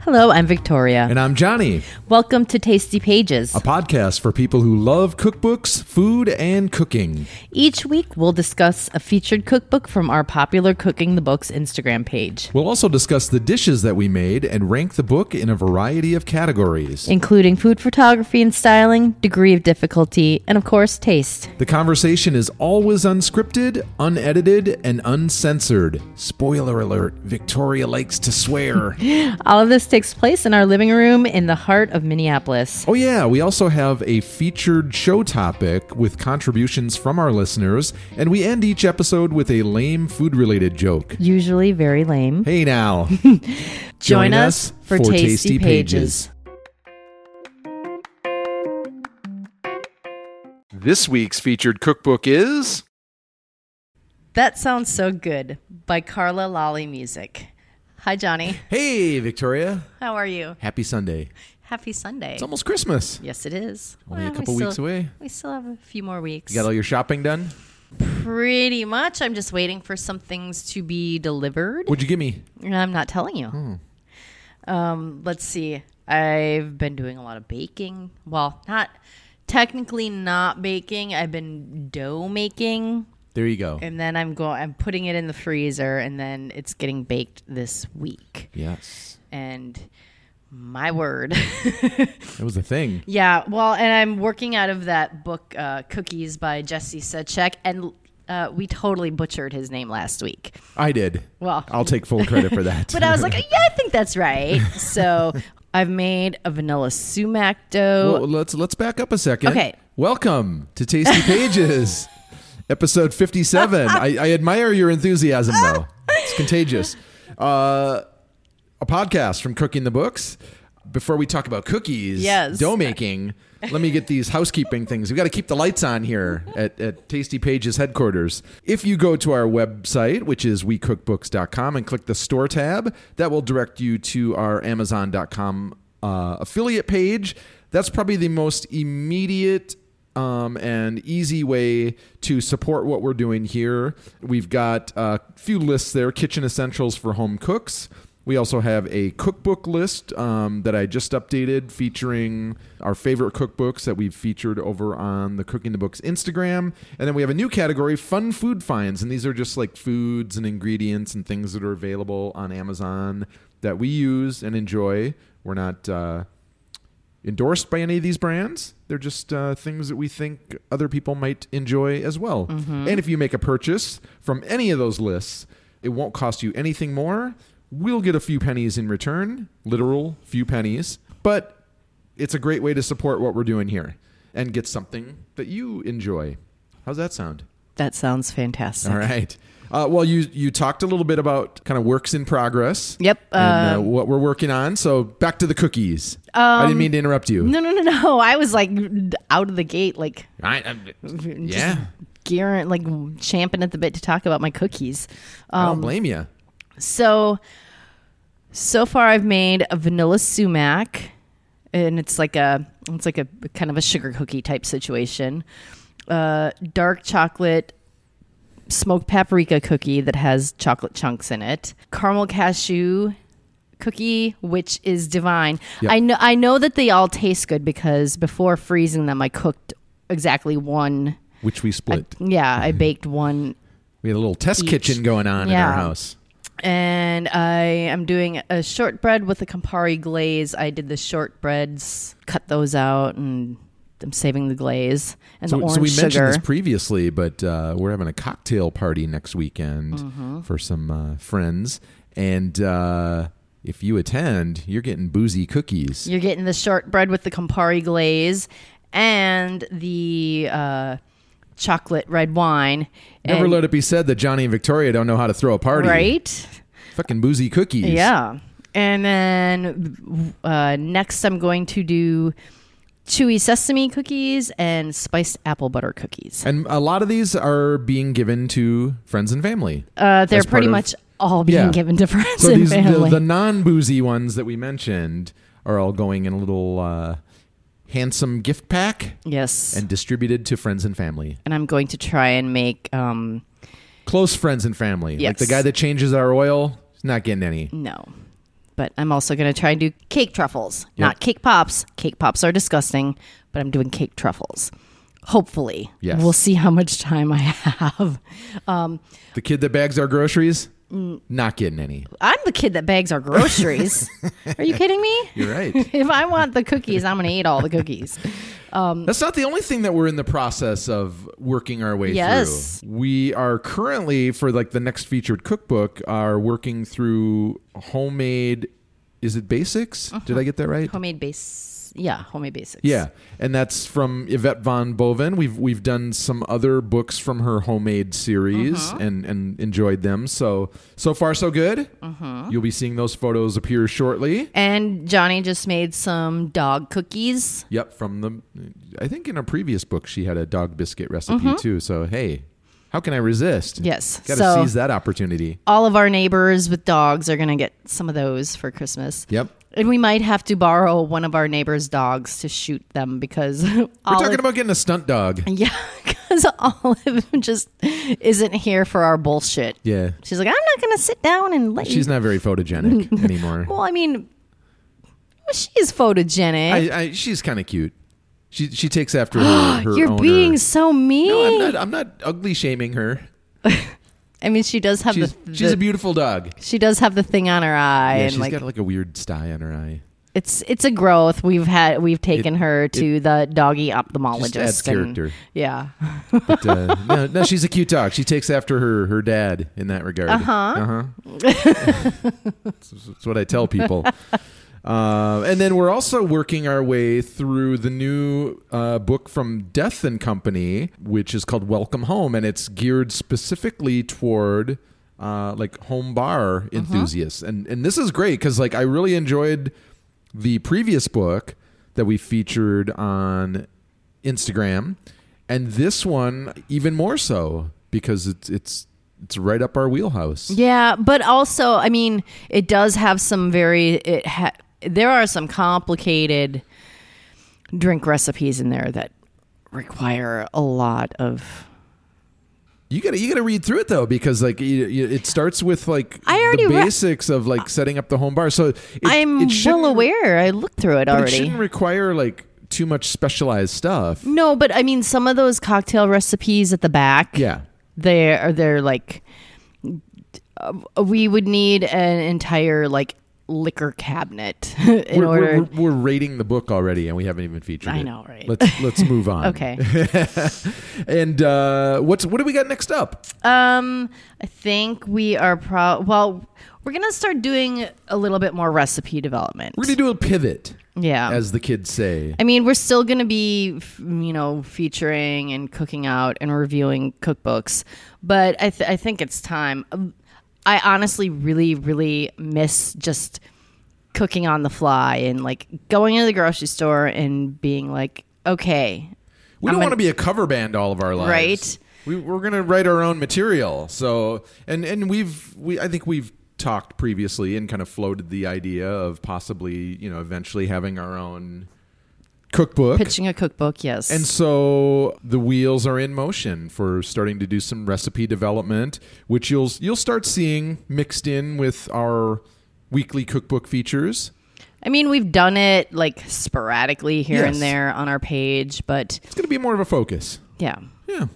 Hello, I'm Victoria. And Oh. I'm Johnny, Welcome to Tasty Pages. a podcast for people who love cookbooks, food, and cooking. Each week, we'll discuss a featured cookbook from our popular Cooking the Books Instagram page, We'll also discuss the dishes that we made and rank the book in a variety of categories. including food photography and styling, degree of difficulty, and of course, taste. The conversation is always unscripted, unedited, and uncensored. Spoiler alert Victoria likes to swear. All of this takes place in our living room in the heart of Minneapolis. oh, yeah, we also have a featured show topic with contributions from our listeners, and we end each episode with a lame food related joke. Usually very lame. Hey now. Join us for Tasty Pages. This week's featured cookbook is That Sounds So Good by Carla Lolly Music. Hi, Johnny. Hey, Victoria. How are you? Happy Sunday. Happy Sunday. It's almost Christmas. Yes, it is. Only a we couple weeks away. We still have a few more weeks. You got all your shopping done? Pretty much. I'm just waiting for some things to be delivered. What'd you give me? And I'm not telling you. Um, let's see. I've been doing a lot of baking. Well, not technically not baking. I've been dough making, There you go. and then I'm going. I'm putting it in the freezer, and then it's getting baked this week. Yes. And my word. That was the thing. Yeah, well, and I'm working out of that book, uh, Cookies by Jesse Sechek, and uh, we totally butchered his name last week. I did. Well, I'll take full credit for that. but I was like, yeah, I think that's right. So I've made a vanilla sumac dough. Well, let's let's back up a second. Okay. Welcome to Tasty Pages, episode fifty-seven. I, I admire your enthusiasm, though. It's contagious. Uh, a podcast from Cooking the Books. Before we talk about cookies, Yes. dough making, let me get these housekeeping things. We've got to keep the lights on here at, at Tasty Pages headquarters. If you go to our website, which is wecookbooks.com, and click the store tab, that will direct you to our Amazon.com uh, affiliate page. That's probably the most immediate um, and easy way to support what we're doing here. We've got a few lists there kitchen essentials for home cooks. We also have a cookbook list um, that I just updated featuring our favorite cookbooks that we've featured over on the Cooking the Books Instagram. And then we have a new category, Fun Food Finds. And these are just like foods and ingredients and things that are available on Amazon that we use and enjoy. We're not. Uh, endorsed by any of these brands. They're just uh, things that we think other people might enjoy as well. Mm-hmm. And if you make a purchase from any of those lists, it won't cost you anything more. We'll get a few pennies in return, literal few pennies, but it's a great way to support what we're doing here and get something that you enjoy. How's that sound? That sounds fantastic. All right. Uh, well, you you talked a little bit about kind of works in progress. Yep, And, uh, um, what we're working on. So back to the cookies. I didn't mean to interrupt you. No, no, no, no. I was like out of the gate, like I, I'm- yeah, gearing, like champing at the bit to talk about my cookies. I Um, don't blame you. So, so far I've made a vanilla sumac, and it's like a it's like a kind of a sugar cookie type situation. Uh, dark chocolate smoked paprika cookie that has chocolate chunks in it. Caramel cashew cookie which is divine. Yep. I know I know that they all taste good because before freezing them I cooked exactly one. Which we split. Yeah, I baked one we had a little test Each. kitchen going on in Yeah. our house. and I am doing a shortbread with a Campari glaze. I did the shortbreads, cut those out, and I'm saving the glaze and So, the so orange we mentioned sugar. this previously, but uh, we're having a cocktail party next weekend Mm-hmm. for some uh, friends, and uh, if you attend, you're getting boozy cookies. You're getting the shortbread with the Campari glaze and the uh, chocolate red wine. Never And- let it be said that Johnny and Victoria don't know how to throw a party. right. Fucking boozy cookies. Yeah. And then uh, next, I'm going to do chewy sesame cookies and spiced apple butter cookies. And a lot of these are being given to friends and family. Uh, they're as part pretty of- much all being Yeah. given to friends so and these the, family. the non-boozy ones that we mentioned are all going in a little uh, handsome gift pack yes, and, and distributed to friends and family, I'm going to try and make um, close friends and family. Like Yes. the Mm. guy that changes our oil, he's not getting any. no. But I'm also going to try and do cake truffles, not cake pops. Cake pops are disgusting, but I'm doing cake truffles. Hopefully. Yes. We'll see how much time I have. Um, The kid that bags our groceries, Mm. not getting any. I'm the kid that bags our groceries. are you kidding me? You're right. If I want the cookies, I'm going to eat all the cookies. That's not the only thing that we're in the process of working our way Yes. through. We are currently for like the next featured cookbook are working through homemade is it basics? Did I Uh-huh. get that right? Homemade base. Yeah, homemade basics. Yeah, and that's from Yvette von Boven. We've we've done some other books from her homemade series Mm-hmm. and and enjoyed them. So so far so good. Mm-hmm. You'll be seeing those photos appear shortly. And Johnny just made some dog cookies. Yep, from the I think in her previous book she had a dog biscuit recipe too. So hey, how can I resist? Mm-hmm. Yes, got to so- seize that opportunity. All of our neighbors with dogs are going to get some of those for Christmas. Yep. And we might have to borrow one of our neighbors' dogs to shoot them because we're We're talking about getting a stunt dog. yeah, because Olive just isn't here for our bullshit. Yeah. She's like, I'm not going to sit down and let She's you. not very photogenic anymore. well, I mean, well, she is photogenic. I, I, she's kind of cute. She she takes after her, her You're owner. being so mean. No, I'm not. I'm not ugly shaming her. I mean, she does have She's the, she's the- a beautiful dog. she does have the thing on her eye, Yeah, and she's like got like a weird sty on her eye. it's it's a growth. We've had we've taken her to the doggy ophthalmologist. Just adds and- character. yeah. But, uh, no, no, she's a cute dog. She takes after her her dad in that regard. Uh-huh. Uh huh. Uh huh. That's what I tell people. Uh, and then we're also working our way through the new uh, book from Death and Company, which is called Welcome Home, and it's geared specifically toward uh, like home bar enthusiasts. And and this is great because like I really enjoyed the previous book that we featured on Instagram, and this one even more so because it's it's it's right up our wheelhouse. Yeah, but also, I mean, it does have some very it ha- there are some complicated drink recipes in there that require a lot of You gotta you gotta read through it though because like you, you, it starts with like I already the re- basics of like setting up the home bar. So it, I'm it shouldn't- well aware. I looked through it but It already. shouldn't require like too much specialized stuff. no, but I mean some of those cocktail recipes at the back. Yeah, they are they're like uh, we would need an entire like liquor cabinet in we're, order we're, we're, we're rating the book already and we haven't even featured I it. know, right? Let's let's move on. okay And uh, what's what do we got next up? um i think we are pro well we're gonna start doing a little bit more recipe development We're gonna do a pivot, yeah as the kids say. I mean, we're still going to be, f- you know, featuring and cooking out and reviewing cookbooks, but I, th- I think it's time. Um, I honestly really, really miss just cooking on the fly and like going into the grocery store and being like, okay, We don't I'm want to gonna- be a cover band all of our lives, Right. We, we're going to write our own material. So, and and we've we I think we've talked previously and kind of floated the idea of possibly you know eventually having our own cookbook. pitching a cookbook, yes. And so the wheels are in motion for starting to do some recipe development, which you'll you'll start seeing mixed in with our weekly cookbook features. I mean, we've done it like sporadically here Yes. and there on our page, but It's going to be more of a focus. yeah. Yeah.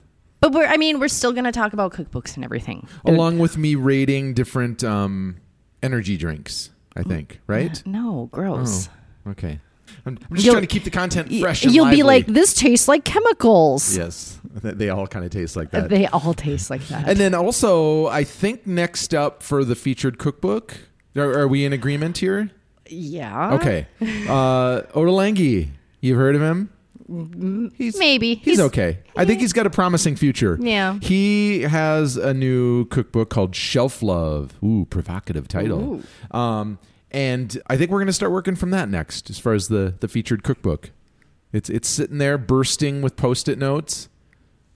But we're, I mean, we're still going to talk about cookbooks and everything. along with me rating different um, energy drinks. Oh. I think right. No, gross. Oh, okay, I'm, I'm just You'll- trying to keep the content Y- fresh. and You'll be lively. like, this tastes like chemicals. Uh, yes, Th- they all kind of taste like that. They all taste like that. and then also, I think next up for the featured cookbook, are, are we in agreement here? yeah. Okay, uh, Odalengi, you've heard of him? Mm-hmm. He's, Maybe. He's, okay. I think he's got a promising future. Yeah. He has a new cookbook called Shelf Love. Ooh, provocative title. Um, and I think we're going to start working from that next as far as the, the featured cookbook. It's it's sitting there bursting with post-it notes.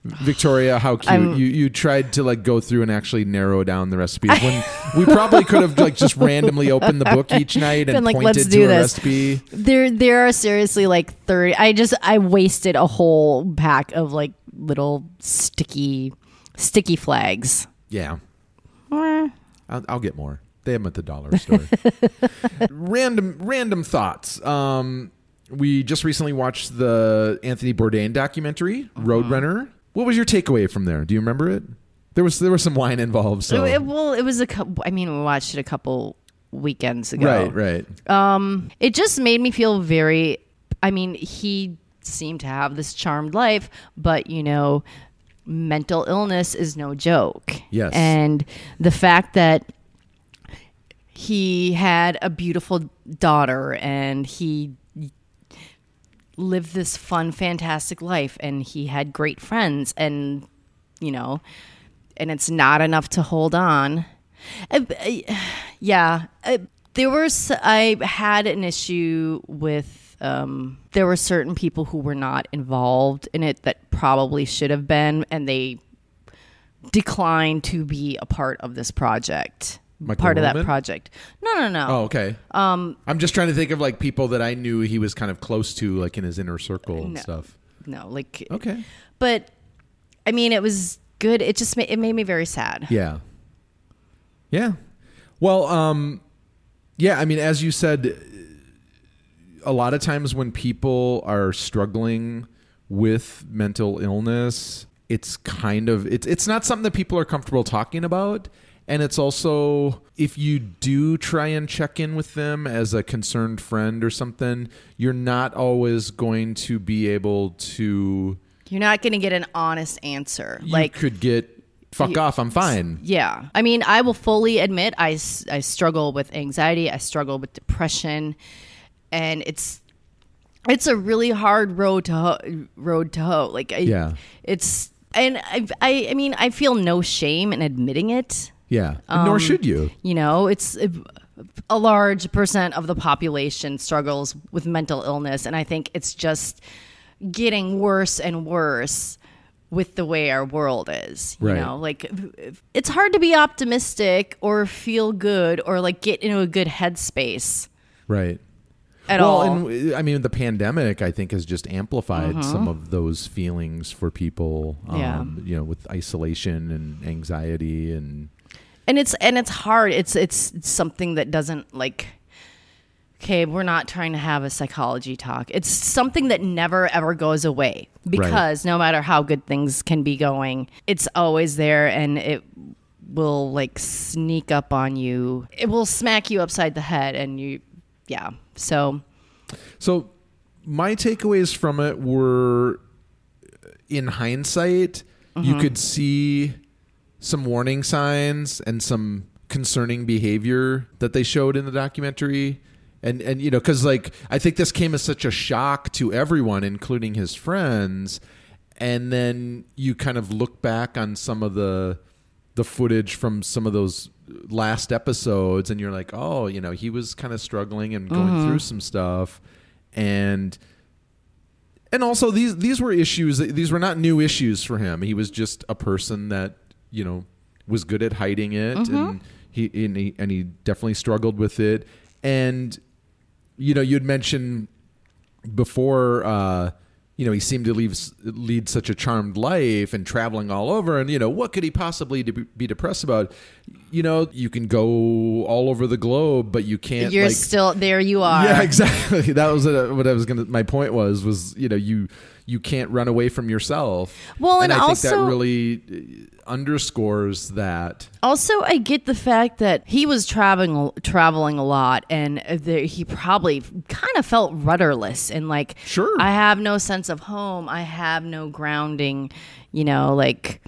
Victoria, how cute. I'm- you you tried to like go through and actually narrow down the recipes when we probably could have like just randomly opened the book each night and Been like, pointed "Let's to do a this." recipe. There, there are seriously like thirty. I just, I wasted a whole pack of like little sticky, sticky flags. Yeah. I'll, I'll get more. They have them at the dollar store. random random thoughts. Um, we just recently watched the Anthony Bourdain documentary Uh-huh. Roadrunner. What was your takeaway from there? Do you remember it? There was there was some wine involved. So It- it- well, it was a couple. I mean, we watched it a couple weekends ago. right, right. Um, It just made me feel very. I mean, he seemed to have this charmed life, but you know, mental illness is no joke. Yes. And the fact that he had a beautiful daughter and he lived this fun, fantastic life and he had great friends and, you know, and it's not enough to hold on. I- I- yeah. I, there was, I had an issue with, um, there were certain people who were not involved in it that probably should have been and they declined to be a part of this project. Michael part of Roman? that project. No, no, no. Oh, okay. Um, I'm just trying to think of like people that I knew he was kind of close to, like in his inner circle and No. stuff. No, like Okay. but I mean, it was good. It just ma- it made me very sad. Yeah. Yeah. Well, um, yeah, I mean, as you said, a lot of times when people are struggling with mental illness, it's kind of it's it's not something that people are comfortable talking about. And it's also if you do try and check in with them as a concerned friend or something, you're not always going to be able to You're not going to get an honest answer. like like, you could get fuck off, I'm fine. yeah. I mean, I will fully admit I, s- I struggle with anxiety, I struggle with depression, and it's it's a really hard road to ho- road to hoe. Like, I, Yeah. it's and I, I I mean, I feel no shame in admitting it. Yeah. Nor should you. You know, it's uh, a large percent of the population struggles with mental illness, and I think it's just getting worse and worse with the way our world is. You Right. know, like it's hard to be optimistic or feel good or like get into a good headspace Right. at well, all. Uh-huh. and uh, I mean, the pandemic I think has just amplified some of those feelings for people. Um, Yeah. You know, with isolation and anxiety and and it's and it's hard it's it's something that doesn't like okay we're not trying to have a psychology talk it's something that never ever goes away because no matter how good things can be going it's always there and it will like sneak up on you it will smack you upside the head and you yeah so so my takeaways from it were, uh, in hindsight, Uh-huh. you could see some warning signs and some concerning behavior that they showed in the documentary and and you know cuz like I think this came as such a shock to everyone including his friends and then you kind of look back on some of the the footage from some of those last episodes and you're like oh you know he was kind of struggling and going through some stuff and and also these these were issues these were not new issues for him he was just a person that you know was good at hiding it and he and he, and he definitely struggled with it and you know you'd mentioned before uh you know he seemed to leave lead such a charmed life and traveling all over and you know what could he possibly de- be depressed about you know you can go all over the globe but you can't you're like, still there you are yeah, exactly. That was uh, what I was gonna. My point was was you know you you can't run away from yourself. Well, and I think also- that really uh, underscores that. Also, I get the fact that he was traveling traveling a lot, and there, he probably kind of felt rudderless and like, Sure. I have no sense of home. I have no grounding. You know, like,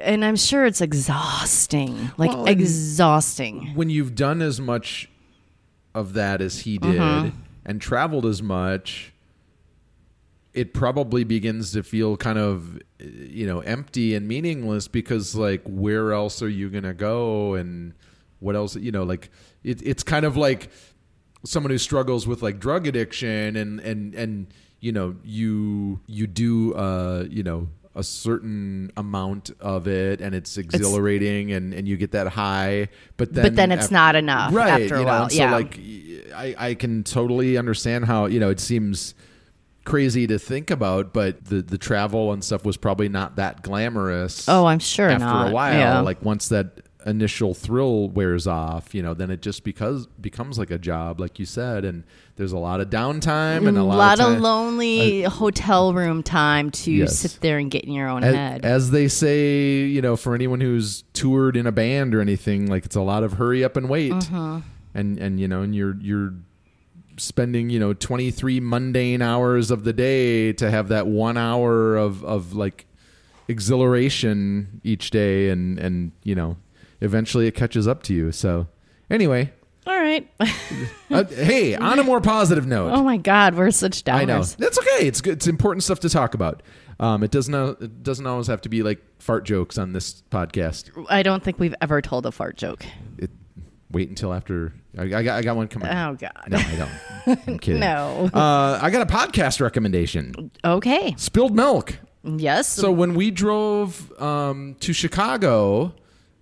and I'm sure it's exhausting, like Well, and- exhausting. When you've done as much of that as he did Mm-hmm. and traveled as much, it probably begins to feel kind of uh, you know empty and meaningless because like where else are you gonna go and what else you know like it, it's kind of like someone who struggles with like drug addiction and and and you know you you do uh you know a certain amount of it and it's exhilarating and and you get that high but then But then it's af- not enough right after a you know, while, and so yeah. like I, I can totally understand how you know it seems crazy to think about, but the the travel and stuff was probably not that glamorous. Oh, I'm sure after not. a while, Yeah. like once that initial thrill wears off, you know, then it just because becomes like a job, like you said, and there's a lot of downtime and a lot, Mm, lot of, of time- lonely hotel room time to uh, Yes. sit there and get in your own as, head. as they say, you know, for anyone who's toured in a band or anything, like it's a lot of hurry up and wait, and and you know, and you're you're spending you know 23 mundane hours of the day to have that one hour of of like exhilaration each day, and and you know, eventually it catches up to you. So anyway, All right. uh, hey, on a more positive note, oh my God, we're such downers. I know. That's okay. It's good. It's important stuff to talk about. Um, it doesn't al- it doesn't always have to be like fart jokes on this podcast. I don't think we've ever told a fart joke. It, wait until after I, I got I got one coming. Oh God. No, I don't. I'm kidding. No. Uh, I got a podcast recommendation. Okay. Spilled milk. Yes. So when we drove um, to Chicago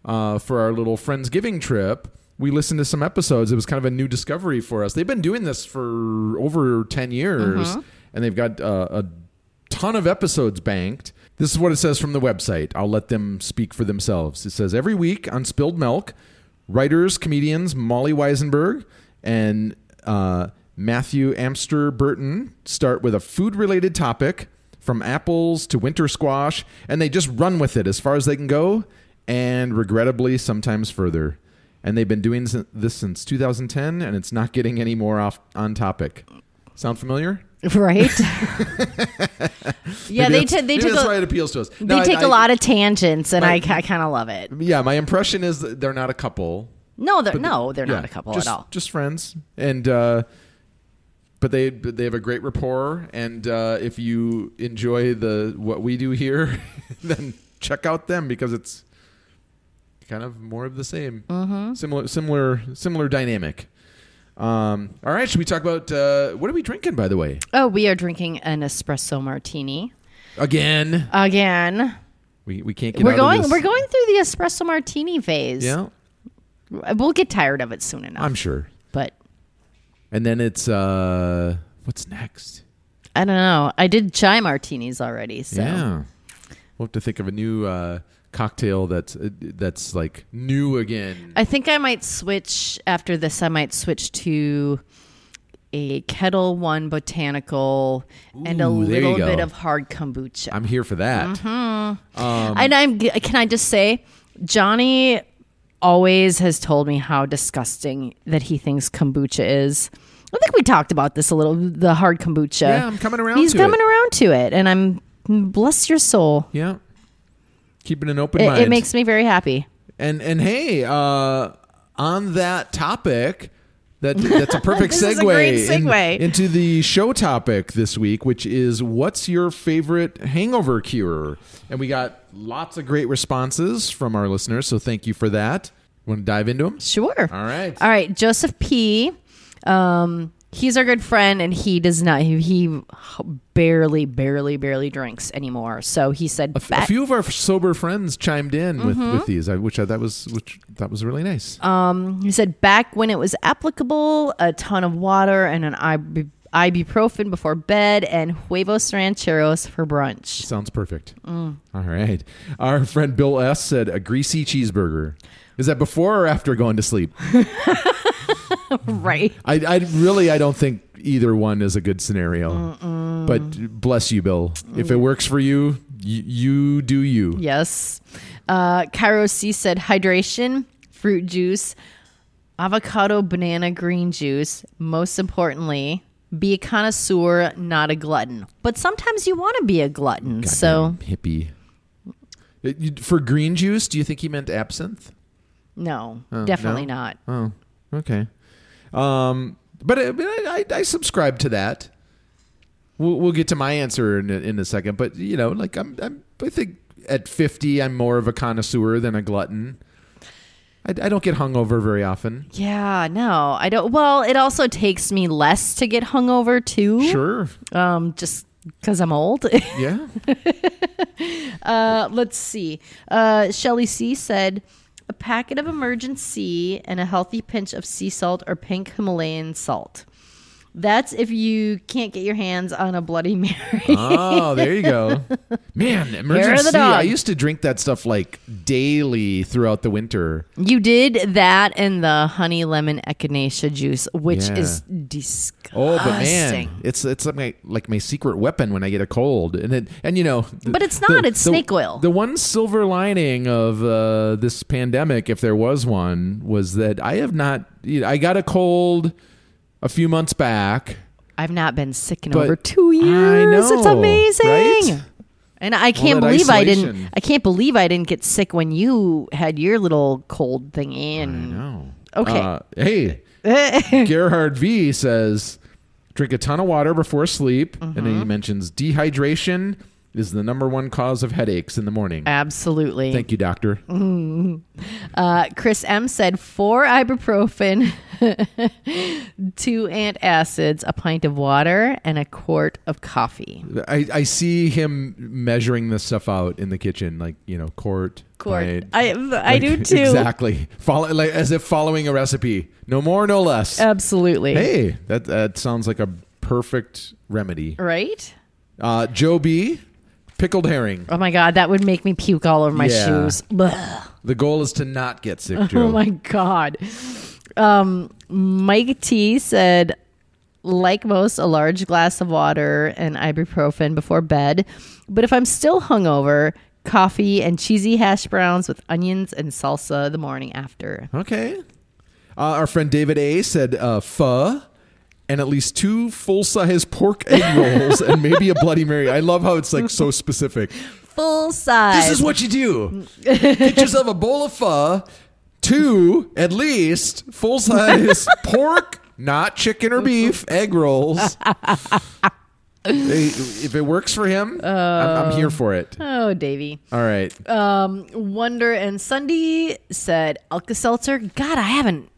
uh, for our little Friendsgiving trip, we listened to some episodes. It was kind of a new discovery for us. They've been doing this for over 10 years, and they've got uh, a ton of episodes banked. This is what it says from the website. I'll let them speak for themselves. It says every week on Spilled Milk, writers, comedians Molly Weisenberg and uh, Matthew Amster Burton start with a food related topic from apples to winter squash, and they just run with it as far as they can go, and regrettably, sometimes further. And they've been doing s- this since 2010, and it's not getting any more off on topic. Sound familiar? right. yeah, Maybe they that's- t- they maybe took that's a, why it appeals to us. they No, I- take a I- lot of tangents, and I, My- kind of love it. Yeah, my impression is that they're not a couple. No, they're but no, they're yeah, not a couple just- at all. Just friends, and uh, but they but they have a great rapport. And uh, if you enjoy the what we do here, then check out them because it's kind of more of the same, Mm-hmm. similar similar similar dynamic. Um, all right, should we talk about uh, what are we drinking? By the way, Oh, we are drinking an espresso martini again, again. we, we can't get we're out going. Of this. We're going through the espresso martini phase. Yeah, We'll get tired of it soon enough. I'm sure. but And then it's uh, what's next? I don't know. I did chai martinis already. So Yeah, we'll have to think of a new uh, cocktail that's uh, that's like new again. I think I might switch after this. I might switch to a kettle one botanical and a Ooh, there you little bit go. of hard kombucha. I'm here for that. Mm-hmm. Um, and I'm g- can I just say Johnny always has told me how disgusting that he thinks kombucha is. I think we talked about this a little the hard kombucha. Yeah, I'm coming around He's to coming it. around to it and I'm bless your soul. Yeah, keeping an open It, mind. it makes me very happy. and and hey, uh, on that topic. That, that's a perfect This is a segue, great in- segue. into the show topic this week, which is what's your favorite hangover cure? And we got lots of great responses from our listeners, so thank you for that. Want to dive into them? Sure. All right. All right, Joseph P. Um, he's our good friend, and he does not. He, he barely, barely, barely drinks anymore. So he said, A f- a "Back- few of our sober friends chimed in with, with these, I- which I, that was which that was really nice. He said back when it was applicable, a ton of water and an ib- ibuprofen before bed, and huevos rancheros for brunch. Sounds perfect. All right, our friend Bill S said a greasy cheeseburger. Is that before or after going to sleep? right. I, I really I don't think either one is a good scenario. But bless you, Bill. If it works for you, you, you do you. Yes. Uh, Cairo C said hydration, fruit juice, avocado, banana, green juice. Most importantly, be a connoisseur, not a glutton. But sometimes you want to be a glutton. so, Goddamn hippie. It- you- For green juice, do you think he meant absinthe? no, definitely no? not. Oh, okay. Um, but I, but I, I, I subscribe to that. We'll, we'll get to my answer in a, in a second, but you know, like I'm, I'm, I think at 50, I'm more of a connoisseur than a glutton. I, I don't get hungover very often. Yeah, no, I don't. Well, it also takes me less to get hungover, too. Sure. Um, just because I'm old. Yeah. Uh, let's see. Uh, Shelly C said, a packet of emergency and a healthy pinch of sea salt or pink Himalayan salt. That's if you can't get your hands on a Bloody Mary. Oh, there you go. Man, emergency. dog. I used to drink that stuff like daily throughout the winter. you did that and the honey lemon echinacea juice, which Yeah. is disgusting. Oh, but man, it's it's like my like my secret weapon when I get a cold, and it and you know. th- But it's not, it's snake oil. The one silver lining of uh, this pandemic, if there was one, was that I have not. You know, I got a cold a few months back. I've not been sick in But over two I years. it's know, amazing. right? And I can't that believe I isolation. didn't. I can't believe I didn't get sick when you had your little cold thing I in. know. Mm. Okay. Uh, hey, Gerhard V says drink a ton of water before sleep, and Mm-hmm. then he mentions dehydration is the number one cause of headaches in the Uh, morning. Absolutely. Thank you, doctor. Uh, Chris M said four ibuprofen, two antacids, a pint of water, and a quart of coffee. I, I see him measuring this stuff out in the kitchen, like you know, quart, Quart. pint. I I Like, do too. Exactly, follow like as if following a recipe, no more, no less. Oh, Absolutely. hey, that that sounds like a perfect remedy. Right? Uh, Joe B, pickled herring. Oh my god, that would make me puke all over my Yeah. shoes. Blech. The goal is to not get sick, Joe. Oh my god. Um, Mike T said, like most, a large glass of water and ibuprofen before bed. But if I'm still hungover, coffee and cheesy hash browns with onions and salsa the morning after. Okay. Uh, our friend David A said uh, pho and at least two full size pork egg rolls and maybe a Bloody Mary. I love how it's like so specific. Full size. This is what you do get yourself a bowl of pho, two at least full size pork, not chicken or beef, egg rolls. Hey, if it works for him, I'm, I'm here for it. oh, Davey. All right. Um, Wonder and Sunday said, Alka Seltzer. God, I haven't.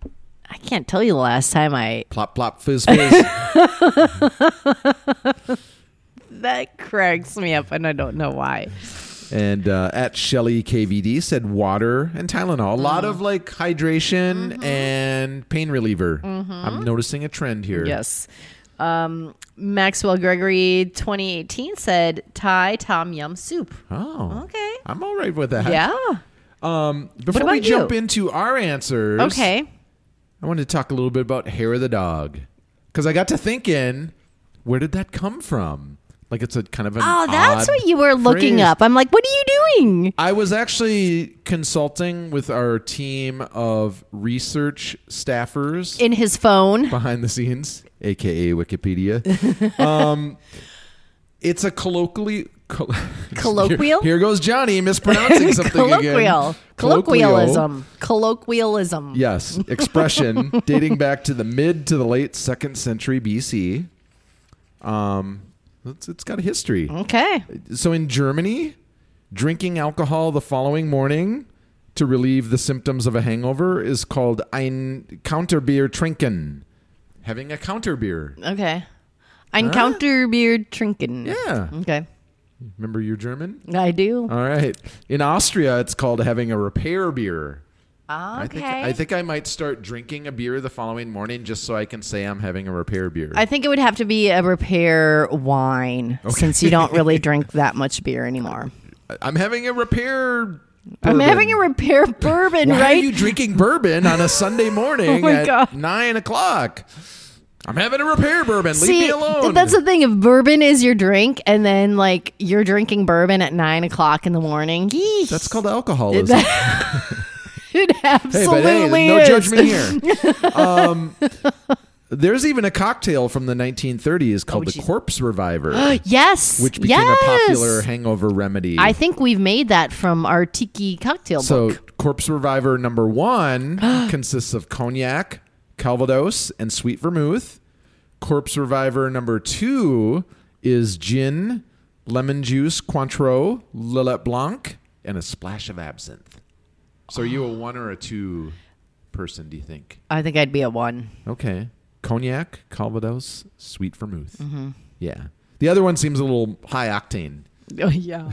I can't tell you the last time I plop, plop, fizz, fizz. that cracks me up, and I don't know why. And uh, at Shelly KVD said water and Tylenol. A lot Mm-hmm. of like hydration and pain reliever. I'm noticing a trend here. Mm-hmm. Yes. Um, Maxwell Gregory 2018 said Thai Tom Yum soup. Oh. Okay. I'm all right with that. Yeah. Um, before about we jump you? into our answers, Okay. I wanted to talk a little bit about hair of the dog because I got to thinking, where did that come from? Like it's a kind of an Oh, that's odd what you were looking phrase. up. I'm like, what are you doing? I was actually consulting with our team of research staffers In his phone. behind the scenes, aka Wikipedia. um, it's a colloquially col- Colloquial? Here, here goes Johnny mispronouncing something Colloquial. again. Colloquialism. Colloquialism. Yes, expression dating back to the mid to the late second century BC. Um, it's, it's got a history. Okay. So in Germany, drinking alcohol the following morning to relieve the symptoms of a hangover is called ein Counterbier trinken, having a counterbeer. Okay. Encounter beard trinken. Yeah. Okay. Remember you're German? I do. All right. In Austria, it's called having a repair beer. Okay. Uh, I think, I think I might start drinking a beer the following morning just so I can say I'm having a repair beer. I think it would have to be a repair wine since you don't really drink that much beer anymore. I'm having a repair. I'm having a bourbon. repair bourbon, Why right? Oh are you drinking bourbon on a Sunday morning my at God. nine o'clock? I'm having a repair bourbon. Leave me alone. that's the thing. If bourbon is your drink, and then like you're drinking bourbon at nine o'clock in the morning, yeesh. That's called alcoholism. it Hey, absolutely but hey, no is. judgment here. Um, there's even a cocktail from the 1930s called the geez. Corpse Reviver. yes, which became yes. a popular hangover remedy. I think we've made that from our tiki cocktail so, book. Corpse Reviver number one consists of cognac, Calvados, and sweet vermouth. Corpse Reviver number two is gin, lemon juice, Cointreau, Lillet Blanc, and a splash of absinthe. So, are you a one or a two person, do you think? I think I'd be a one. Okay. Cognac, Calvados, sweet vermouth. Yeah. The other one seems a little high octane. yeah.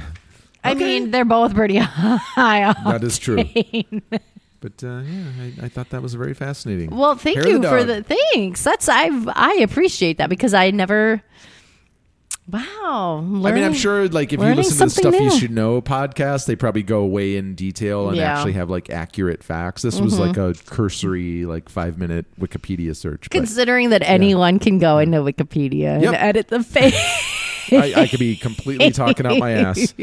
I mean, they're both pretty high. That is true. But uh, yeah, I, I thought that was very fascinating. Well, thank Hair of you the for dog. the thanks. That's I've I appreciate that because I never. Wow. I mean, I'm learning- sure like if you learning listen to the something stuff you new. should know podcast, they probably go way in detail and Yeah. Mm-hmm. actually have like accurate facts. This was like a cursory like five minute Wikipedia search. but Considering that anyone can go into Wikipedia Yep. and edit the page. I, I could be completely talking out my ass.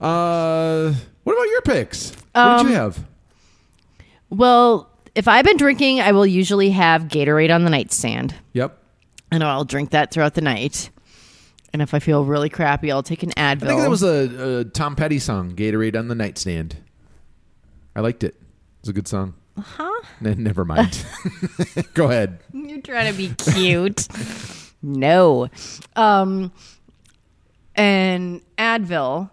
Uh, what about your picks? what Um, did you have? Well, if I've been drinking, I will usually have Gatorade on the nightstand. Yep. And I'll drink that throughout the night. And if I feel really crappy, I'll take an Advil. I think that was a, a Tom Petty song, Gatorade on the Nightstand. I liked it. It's a good song. huh? N- Never mind. Go ahead. You're trying to be cute. no. Um and Advil.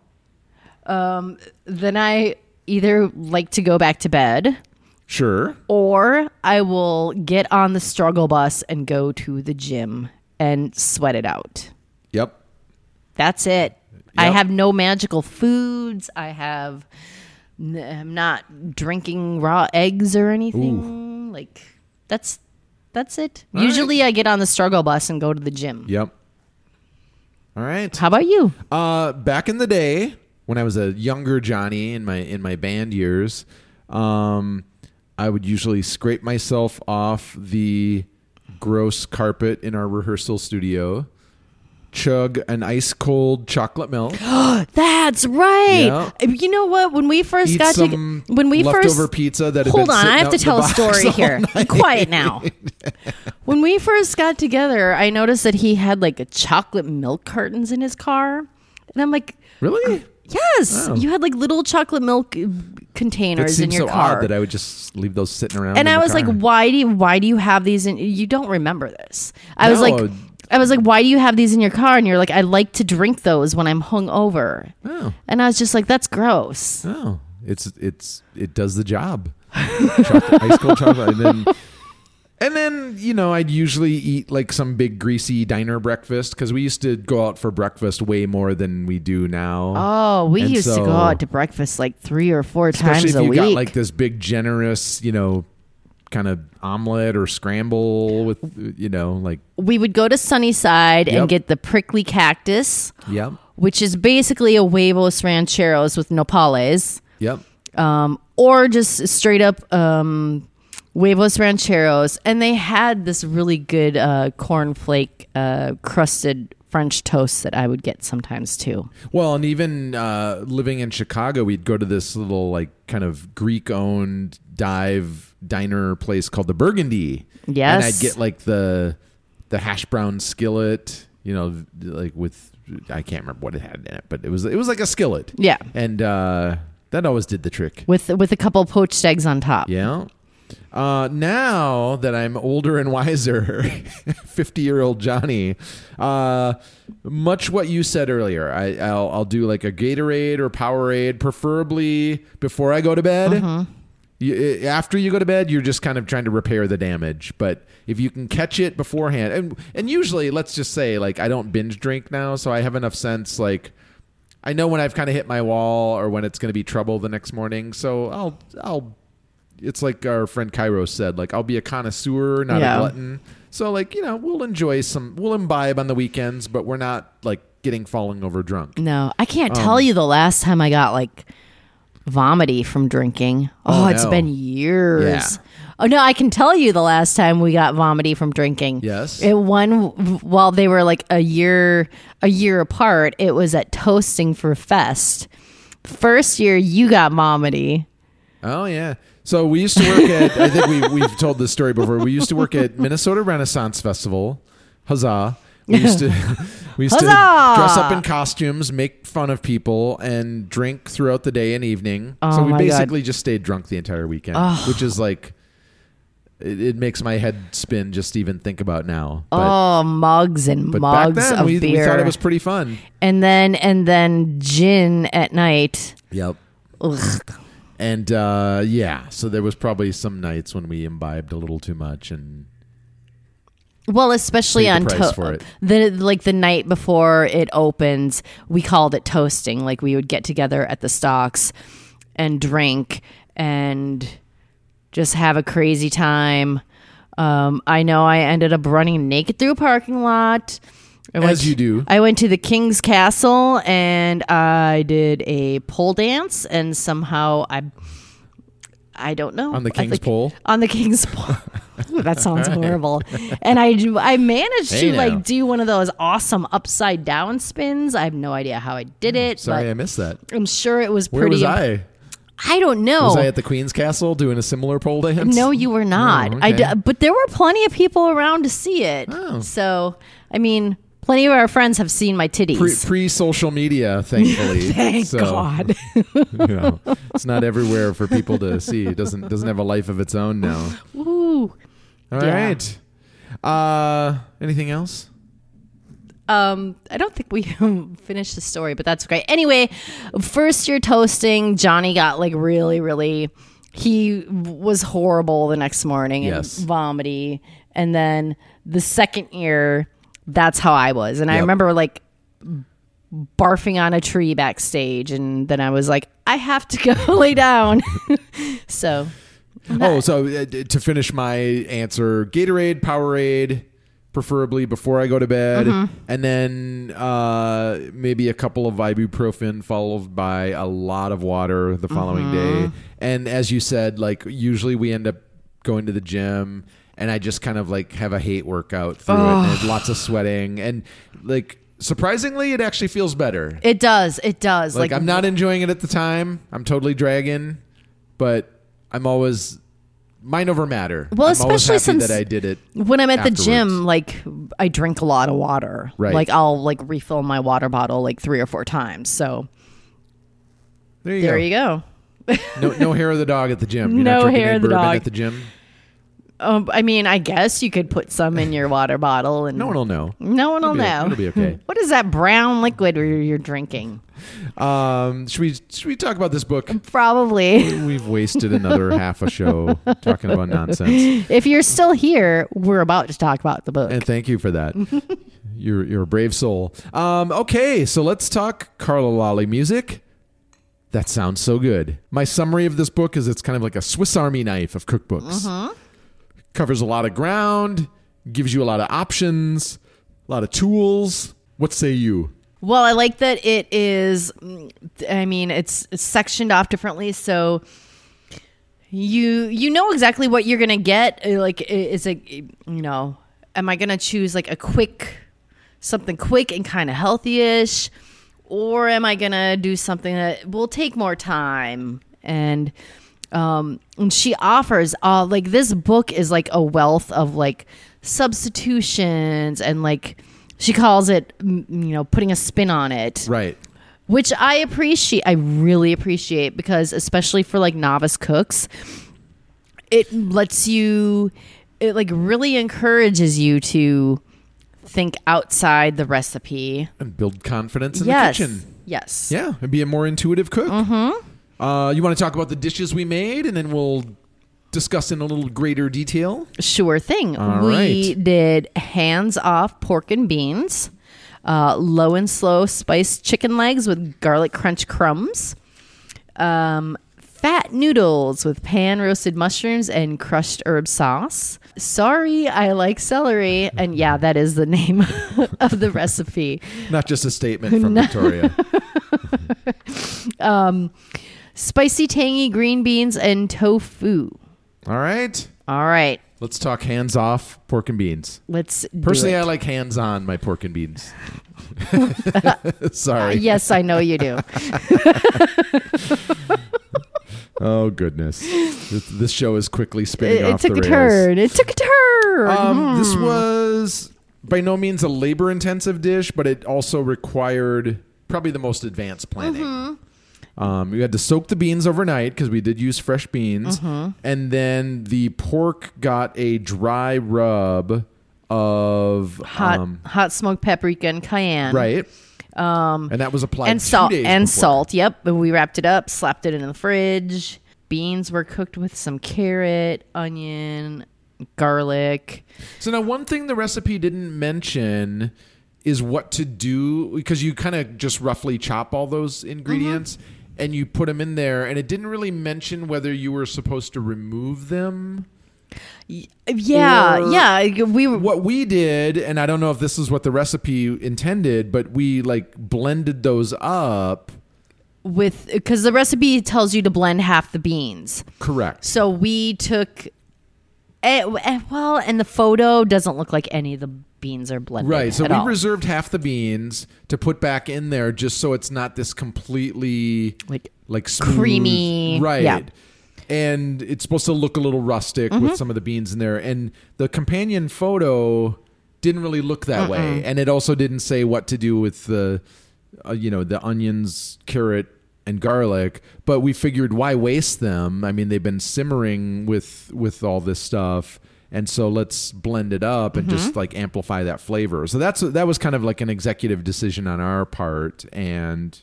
Um then I either like to go back to bed Sure. or I will get on the struggle bus and go to the gym and sweat it out. Yep. That's it. I Yep. have no magical foods. I have n- I'm not drinking raw eggs or anything. Like that's that's it. All Usually I get on the struggle bus and go to the gym. Yep. All right. How about you? Uh, back in the day when I was a younger Johnny in my in my band years, um, I would usually scrape myself off the gross carpet in our rehearsal studio, chug an ice cold chocolate milk, That's right. Yeah. You know what? When we first eat got some to when we leftover first pizza that had Hold been on, sitting I have out to in the tell a box story all here. night. Quiet now. when we first got together, I noticed that he had like a chocolate milk cartons in his car. And I'm like, Really? Yes, Oh. you had like little chocolate milk uh, It containers in seems your so car, odd that I would just leave those sitting around. and in I the was like, car. "Why do you, why do you have these?" in you don't remember this. I was No. uh, like, "I was like, why do you have these in your car?" And you're like, "I like to drink those when I'm hungover." Oh. And I was just like, "That's gross." Oh, it's it's it does the job. chocolate, ice cold chocolate, and then and then you know I'd usually eat like some big greasy diner breakfast because we used to go out for breakfast way more than we do now. Oh, we And used to so- go out to breakfast like three or four Especially times if a you week. got like this big generous, you know, kind of omelet or scramble with you know like we would go to Sunnyside Yep. and get the prickly cactus, yep which is basically a huevos rancheros with nopales. yep um, or just straight up um, huevos rancheros. And they had this really good uh, cornflake uh, crusted French toast that I would get sometimes too. Well, and even uh, living in Chicago, we'd go to this little like kind of Greek-owned dive diner place called the Burgundy. Yes. and I'd get like the the hash brown skillet, you know, like with I can't remember what it had in it, but it was it was like a skillet. Yeah. and uh, that always did the trick. With with a couple poached eggs on top. Yeah. Uh, now that I'm older and wiser, 50 year old Johnny, uh, much what you said earlier, I, I'll, I'll do like a Gatorade or Powerade, preferably before I go to bed. You- i- after you go to bed, you're just kind of trying to repair the damage. But if you can catch it beforehand, and and usually, let's just say, like I don't binge drink now, so I have enough sense, like I know when I've kind of hit my wall or when it's going to be trouble the next morning. So I'll I'll it's like our friend Cairo said, like I'll be a connoisseur, not Yeah. a glutton. So like, you know, we'll enjoy some we'll imbibe on the weekends, but we're not like getting falling over drunk. No, I can't Um. tell you the last time I got like vomity from drinking. Oh, Oh, it's no. been years. Yeah. Oh no, I can tell you the last time we got vomity from drinking. Yes. It one while they were like a year a year apart, it was at Toasting for Fest. First year you got vomity. Oh yeah. So we used to work at I think we we've told this story before. We used to work at Minnesota Renaissance Festival. Huzzah. We used to we used Huzzah! to dress up in costumes, make fun of people, and drink throughout the day and evening. Oh, so we my God. basically just stayed drunk the entire weekend, which is like it, it makes my head spin just to even think about now. But, oh, mugs and but back mugs then of we, we beer. thought it was pretty fun. and then and then gin at night. Yep. Ugh. And uh, yeah, so there was probably some nights when we imbibed a little too much and Well, especially Paid the on price to- for it. the like the night before it opens, we called it toasting. Like we would get together at the stocks and drink, and just have a crazy time. Um, I know I ended up running naked through a parking lot. I went- As you do. I went to the King's Castle and I did a pole dance, and somehow I, I don't know On the I King's think- pole? On the King's pole. Ooh, that sounds horrible. And I do- I managed Hey, to now. like do one of those awesome upside down spins. I have no idea how I did it, Oh, Sorry, but I missed that. I'm sure it was pretty. Where was imp- I? I don't know. Was I at the Queen's Castle doing a similar pole dance? No, you were not. Oh, I d- okay. but there were plenty of people around to see it. Oh. So, I mean, plenty of our friends have seen my titties. Pre, pre-social media, thankfully. Thank So, God. You know, it's not everywhere for people to see. It doesn't doesn't have a life of its own now. Ooh. All Yeah. right. Uh, anything else? Um, I don't think we finished the story, but that's okay. Anyway, first year toasting, Johnny got like really, really. He was horrible the next morning Yes. and vomity. And then the second year, that's how I was. And I Yep. remember like barfing on a tree backstage. And then I was like, I have to go lay down. so Oh, so uh, d- to finish my answer, Gatorade, Powerade, preferably before I go to bed, and then uh, maybe a couple of ibuprofen, followed by a lot of water the following day. And as you said, like usually we end up going to the gym, and I just kind of like have a hate workout through it, and lots of sweating, and like surprisingly, it actually feels better. it does. It does. Like, Like, I'm not enjoying it at the time. I'm totally dragging, but I'm always mind over matter. Well, I'm especially always happy since- that I did it. when I'm at afterwards. the gym, like I drink a lot of water. Right. Like I'll like refill my water bottle like three or four times. So There you there go. you go. No, no hair of the dog at the gym. You're No not drinking hair any of the bourbon dog. at the gym. Um, I mean, I guess you could put some in your water bottle, and No one will know. no one will It'll be- know. it'll be okay. what is that brown liquid you're you're drinking? Um, should we should we talk about this book? Probably. We've wasted another half a show talking about nonsense. if you're still here, we're about to talk about the book. And thank you for that. You're you're a brave soul. Um, okay, so let's talk Carla Lolly music. That sounds so good. My summary of this book is it's kind of like a Swiss Army knife of cookbooks. Covers a lot of ground, gives you a lot of options, a lot of tools. What say you? Well, I like that it is. I mean, it's, it's sectioned off differently, so you you know exactly what you're gonna get. Uh, Like, i- is it you know, am I gonna choose like a quick something quick and kind of healthy-ish, or am I gonna do something that will take more time? And um, and she offers all like this book is like a wealth of like substitutions and like she calls it m- you know putting a spin on it Right. which I appreciate. I really appreciate because, especially for like novice cooks, it lets you, it like really encourages you to think outside the recipe. And build confidence in yes. the kitchen. Yes. Yeah, and be a more intuitive cook. Uh, you want to talk about the dishes we made, and then we'll discuss in a little greater detail. Sure thing. All we right. did hands off pork and beans, uh, low and slow spiced chicken legs with garlic crunch crumbs, um, fat noodles with pan roasted mushrooms and crushed herb sauce. Sorry, I like celery. And yeah, that is the name of the recipe. Not just a statement from Victoria. Spicy, tangy green beans and tofu. All right. All right, Let's talk hands off pork and beans. let's do Personally, it. I like hands on my pork and beans. Sorry. yes, I know you do. Oh goodness, this, this show is quickly spinning it, off it took the a rails. turn. It took a turn. Um, Hmm. this was by no means a labor intensive dish, but it also required probably the most advanced planning. Mm-hmm. Um, you had to soak the beans overnight because we did use fresh beans, Mm-hmm. and then the pork got a dry rub of hot um, hot smoked paprika and cayenne right, um, and that was applied and two salt days and before. salt yep But we wrapped it up slapped it in the fridge beans were cooked with some carrot onion garlic So now, one thing the recipe didn't mention is what to do because you kind of just roughly chop all those ingredients. Mm-hmm. and you put them in there, and it didn't really mention whether you were supposed to remove them. Yeah, Or- yeah. We were. What we did, and I don't know if this is what the recipe intended, but we like blended those up. with because the recipe tells you to blend half the beans. Correct. So we took, eh, eh, well, and the photo doesn't look like any of the beans are blended. Right. So at we all. reserved half the beans to put back in there just so it's not this completely Like, like smooth- creamy- Right. yeah. And it's supposed to look a little rustic Mm-hmm. with some of the beans in there. And the companion photo didn't really look that way. And it also didn't say what to do with the, uh, you know, the onions, carrot, and garlic. But we figured why waste them? I mean, they've been simmering with with all this stuff. And so let's blend it up and Mm-hmm. just like amplify that flavor. So that's that was kind of like an executive decision on our part, and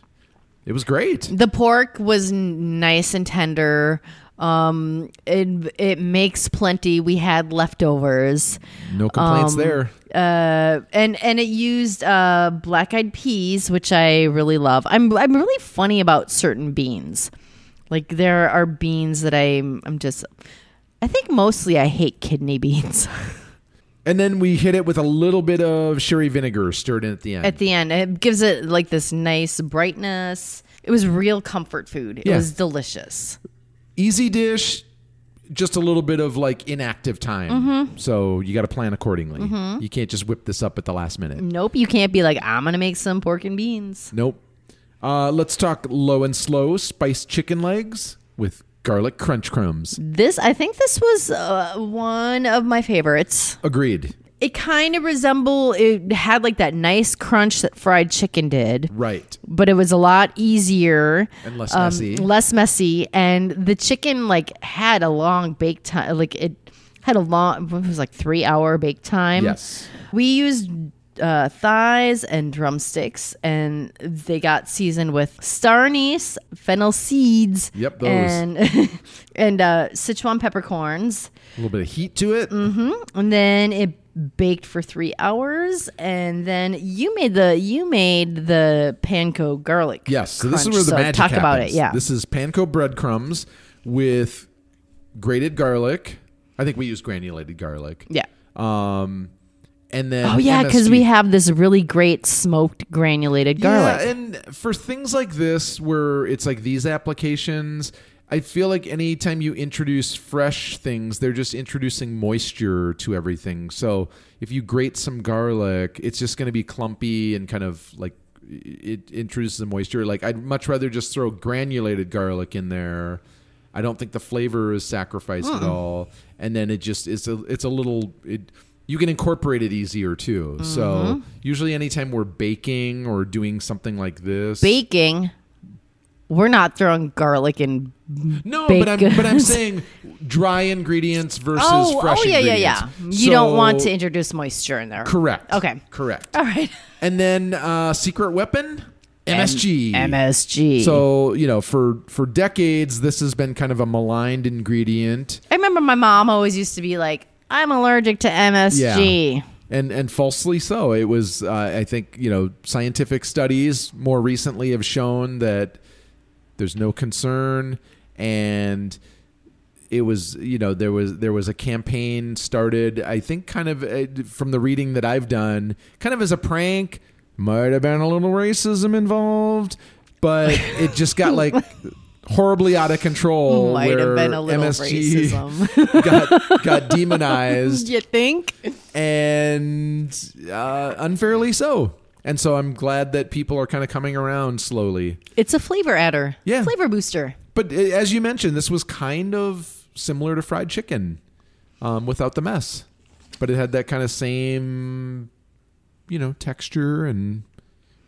it was great. the pork was n- nice and tender. Um, it it makes plenty. We had leftovers. No complaints Um, there. uh, and and it used uh, black eyed peas, which I really love. I'm I'm really funny about certain beans. Like there are beans that I'm I'm just. I think mostly I hate kidney beans And then we hit it with a little bit of sherry vinegar stirred in at the end. at the end. It gives it like this nice brightness. It was real comfort food. It Yeah. was delicious. Easy dish, just a little bit of like inactive time. Mm-hmm. So you got to plan accordingly. You can't just whip this up at the last minute. Nope, you can't be like I'm gonna make some pork and beans. Nope. Uh, let's talk low and slow spiced chicken legs with garlic crunch crumbs. This I think this was uh, one of my favorites. Agreed. it kind of resembled it had like that nice crunch that fried chicken did Right. but it was a lot easier um, And less messy. less messy and the chicken like had a long bake time like it had a long it was like three hour bake time Yes. we used uh, thighs and drumsticks and they got seasoned with star anise fennel seeds Yep, those. and and uh, sichuan peppercorns A little bit of heat to it. Mm-hmm. and then it baked for three hours and then you made the you made the panko garlic Yes, so this is crunch, where the so magic talk happens. about it yeah this is panko breadcrumbs with grated garlic. I think we use granulated garlic. yeah Um, and then oh yeah because MSG. we have this really great smoked granulated garlic Yeah, and for things like this, where it's like these applications, I feel like anytime you introduce fresh things, they're just introducing moisture to everything. So if you grate some garlic, it's just going to be clumpy and kind of like it introduces the moisture. Like I'd much rather just throw granulated garlic in there. I don't think the flavor is sacrificed Hmm. at all, and then it just it's a it's a little it. You can incorporate it easier too. Mm-hmm. So usually, anytime we're baking or doing something like this, baking we're not throwing garlic in no, bake but I'm but I'm goods. saying dry ingredients versus oh fresh. oh yeah yeah ingredients. yeah you don't want So- to introduce moisture in there Correct. Okay. Correct. all right And then uh, secret weapon MSG. msg So you know, for for decades, this has been kind of a maligned ingredient. i remember my mom always used to be like i'm allergic to msg and and falsely so. It was, uh, I think, you know, scientific studies more recently have shown that there's no concern, and it was, you know, there was there was a campaign started. I think, kind of uh, from the reading that I've done, kind of as a prank. Might have been a little racism involved, but it just got like horribly out of control. might have where been a little MSG racism Got got demonized you think and uh, unfairly so. And so I'm glad that people are kind of coming around slowly. It's a flavor adder. Yeah. Flavor booster. But uh, as you mentioned, this was kind of similar to fried chicken um, without the mess, but it had that kind of same, you know, texture and,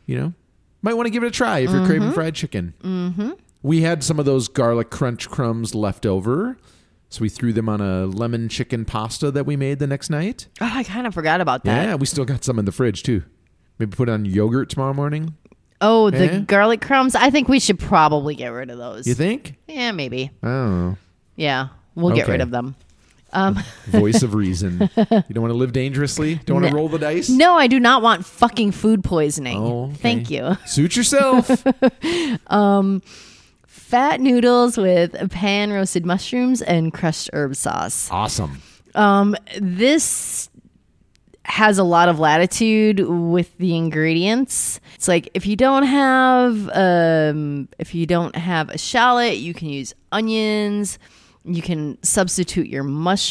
you know, might want to give it a try if you're craving fried chicken. Mm-hmm. We had some of those garlic crunch crumbs left over. So we threw them on a lemon chicken pasta that we made the next night. Oh, I kind of forgot about that. Yeah, we still got some in the fridge too. Maybe put it on yogurt tomorrow morning. Oh, the Yeah. garlic crumbs. I think we should probably get rid of those. You think? yeah, maybe. Oh, Yeah. We'll get Okay. rid of them. Um, voice of reason. You don't want to live dangerously. Don't want to No. roll the dice. no, I do not want fucking food poisoning. Oh, okay. Thank you. Suit yourself. fat noodles with pan roasted mushrooms and crushed herb sauce. Awesome. Um, this has a lot of latitude with the ingredients. It's like if you don't have um, if you don't have a shallot, you can use onions. You can substitute your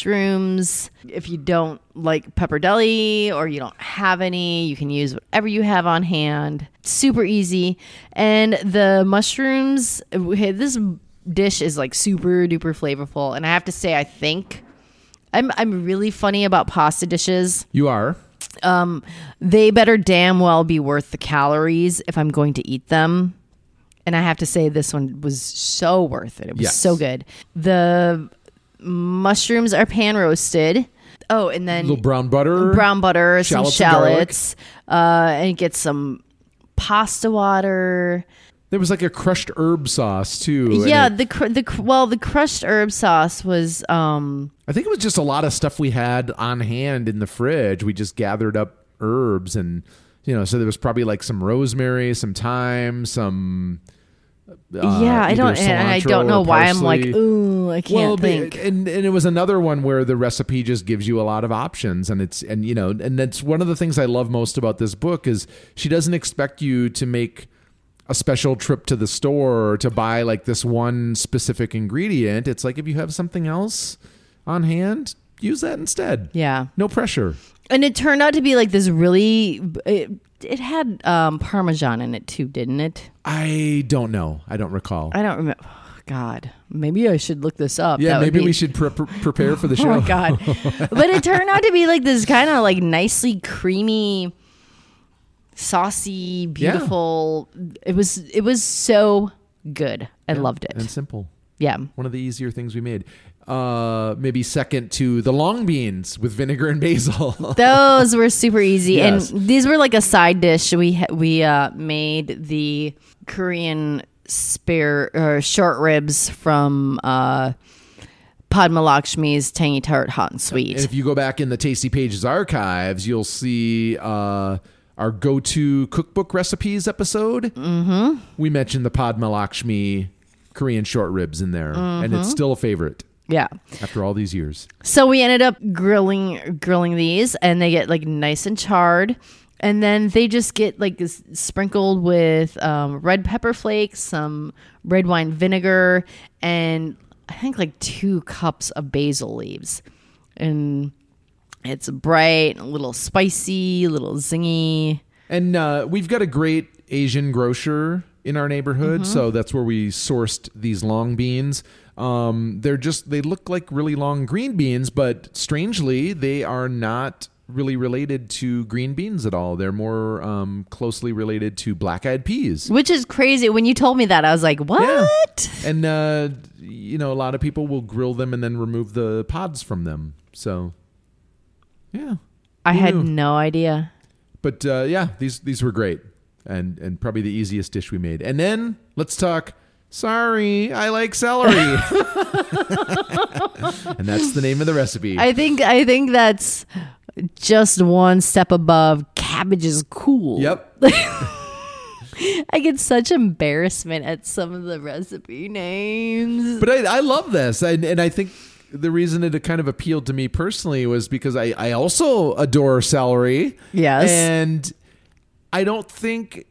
mushrooms. If you don't like pepperdelli or you don't have any, you can use whatever you have on hand. Super easy. And the mushrooms, this dish is like super duper flavorful. And I have to say, I think I'm I'm really funny about pasta dishes. You are. Um, they better damn well be worth the calories if I'm going to eat them. And I have to say, this one was so worth it. It was Yes. so good. The mushrooms are pan roasted. Oh, and then little brown butter. brown butter, some Shallots and garlic. shallots, uh, and it gets some pasta water. There was like a crushed herb sauce too. and yeah, it- the cr- the cr- well, the crushed herb sauce was um, I think it was just a lot of stuff we had on hand in the fridge. We just gathered up herbs and you know, so there was probably like some rosemary, some thyme, some uh, yeah, I either don't, and I cilantro don't know or why I'm like, parsley. ooh, I can't well, but- think. and and it was another one where the recipe just gives you a lot of options, and it's and you know, and that's one of the things I love most about this book is she doesn't expect you to make a special trip to the store or to buy like this one specific ingredient. It's like if you have something else on hand, use that instead. yeah, No pressure. and it turned out to be like this really. It, it had um, parmesan in it too, didn't it? I don't know. I don't recall. I don't remember. God, maybe I should look this up. yeah, That would maybe be- we should pre- pre- prepare for the Oh show. my god! but it turned out to be like this kind of like nicely creamy, saucy, beautiful. It was it was so good. I loved it. And simple. yeah. one of the easier things we made. Uh, maybe second to the long beans with vinegar and basil. Those were super easy, Yes. and these were like a side dish. We ha- we uh, made the Korean spare or short ribs from uh, Padma Lakshmi's Tangy Tart Hot and Sweet. and if you go back in the Tasty Pages archives, you'll see uh, our go-to cookbook recipes episode. Mm-hmm. We mentioned the Padma Lakshmi Korean short ribs in there, and it's still a favorite yeah, after all these years. so we ended up grilling grilling these, and they get like nice and charred. And then they just get like this sprinkled with um, red pepper flakes, some red wine vinegar, and I think like two cups of basil leaves. And It's bright, a little spicy, a little zingy. And uh, we've got a great Asian grocer in our neighborhood, so that's where we sourced these long beans. Um, they're just they look like really long green beans, but strangely they are not really related to green beans at all. They're more um, closely related to black-eyed peas. Which is crazy. When you told me that, I was like, what? And uh, you know, a lot of people will grill them and then remove the pods from them. So, yeah. I Who had knew? no idea. But uh, yeah, these these were great, and and probably the easiest dish we made. And then let's talk. Sorry, I like celery, and that's the name of the recipe. I think I think that's just one step above cabbage is cool. yep. I get such embarrassment at some of the recipe names. But I, I love this, and and I think the reason it kind of appealed to me personally was because I I also adore celery. Yes. and I don't think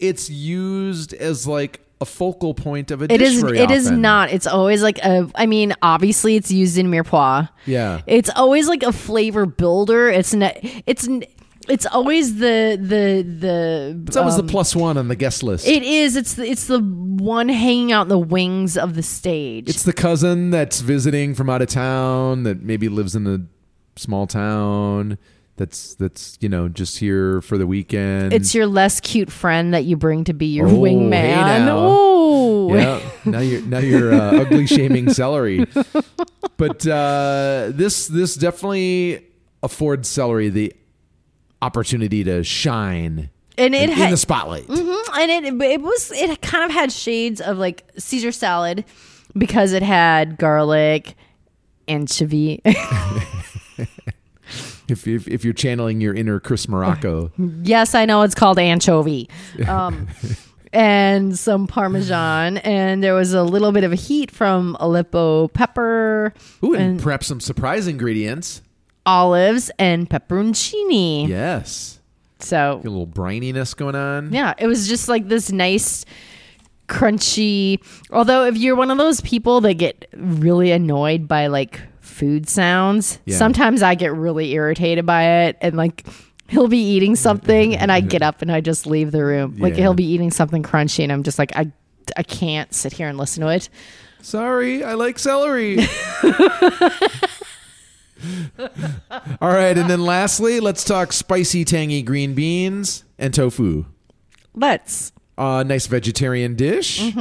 it's used as like a focal point of a It dish is very it is often. not. It's always like a I mean, obviously it's used in mirepoix. Yeah. It's always like a flavor builder. It's not it's n- it's always the the the uh, It's always the plus one on the guest list. It is. It's the, it's the one hanging out in the wings of the stage. It's the cousin that's visiting from out of town that maybe lives in a small town that's that's you know just here for the weekend. It's your less cute friend that you bring to be your Oh, hey wingman. now. Oh, yeah. Now you're now you're uh, ugly shaming celery. But uh, this this definitely affords celery the opportunity to shine and in, it in had the spotlight. Mhm, and it but it was it kind of had shades of like Caesar salad because it had garlic, anchovy. If, if if you're channeling your inner Chris Morocco, yes, I know it's called anchovy. Um, and some parmesan, and there was a little bit of a heat from Aleppo pepper, Ooh, and, and perhaps some surprise ingredients. olives, and pepperoncini. Yes. So A little brininess going on. Yeah, it was just like this nice crunchy. Although if you're one of those people that get really annoyed by like food sounds, Yeah. sometimes I get really irritated by it and like he'll be eating something and I get up and I just leave the room. Like Yeah. he'll be eating something crunchy and I'm just like I I can't sit here and listen to it. Sorry, I like celery. All right, and then lastly, let's talk spicy, tangy green beans and tofu. Let's Uh, nice vegetarian dish.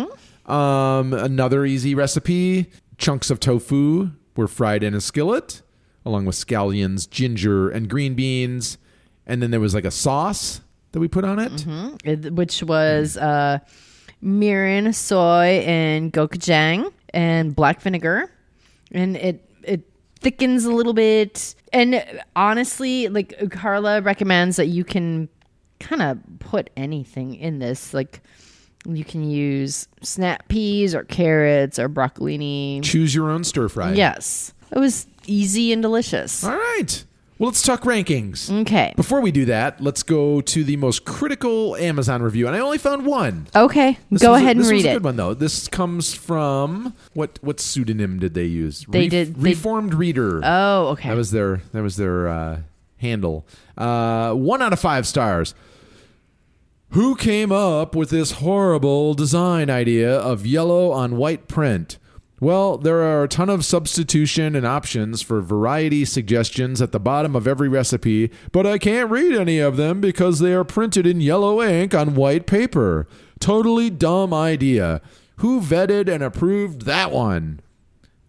Um, another easy recipe: chunks of tofu were fried in a skillet, along with scallions, ginger, and green beans, and then there was like a sauce that we put on it. Mm-hmm. it- which was Mm. uh mirin, soy, and gochujang and black vinegar, and it it thickens a little bit. And honestly, like Carla recommends that you can kind of put anything in this, like. You can use snap peas or carrots or broccolini. Choose your own stir fry. Yes. It was easy and delicious. All right. Well, let's talk rankings. Okay. Before we do that, let's go to the most critical Amazon review, and I only found one. Okay. This Go was a- ahead and this was read a it. good one though. This comes from what what pseudonym did they use? They did- they- Reformed Reader. Oh, okay. That was their that was their uh, handle. Uh, one out of five stars. Who came up with this horrible design idea of yellow on white print? Well, there are a ton of substitution and options for variety suggestions at the bottom of every recipe, but I can't read any of them because they are printed in yellow ink on white paper. Totally dumb idea. Who vetted and approved that one?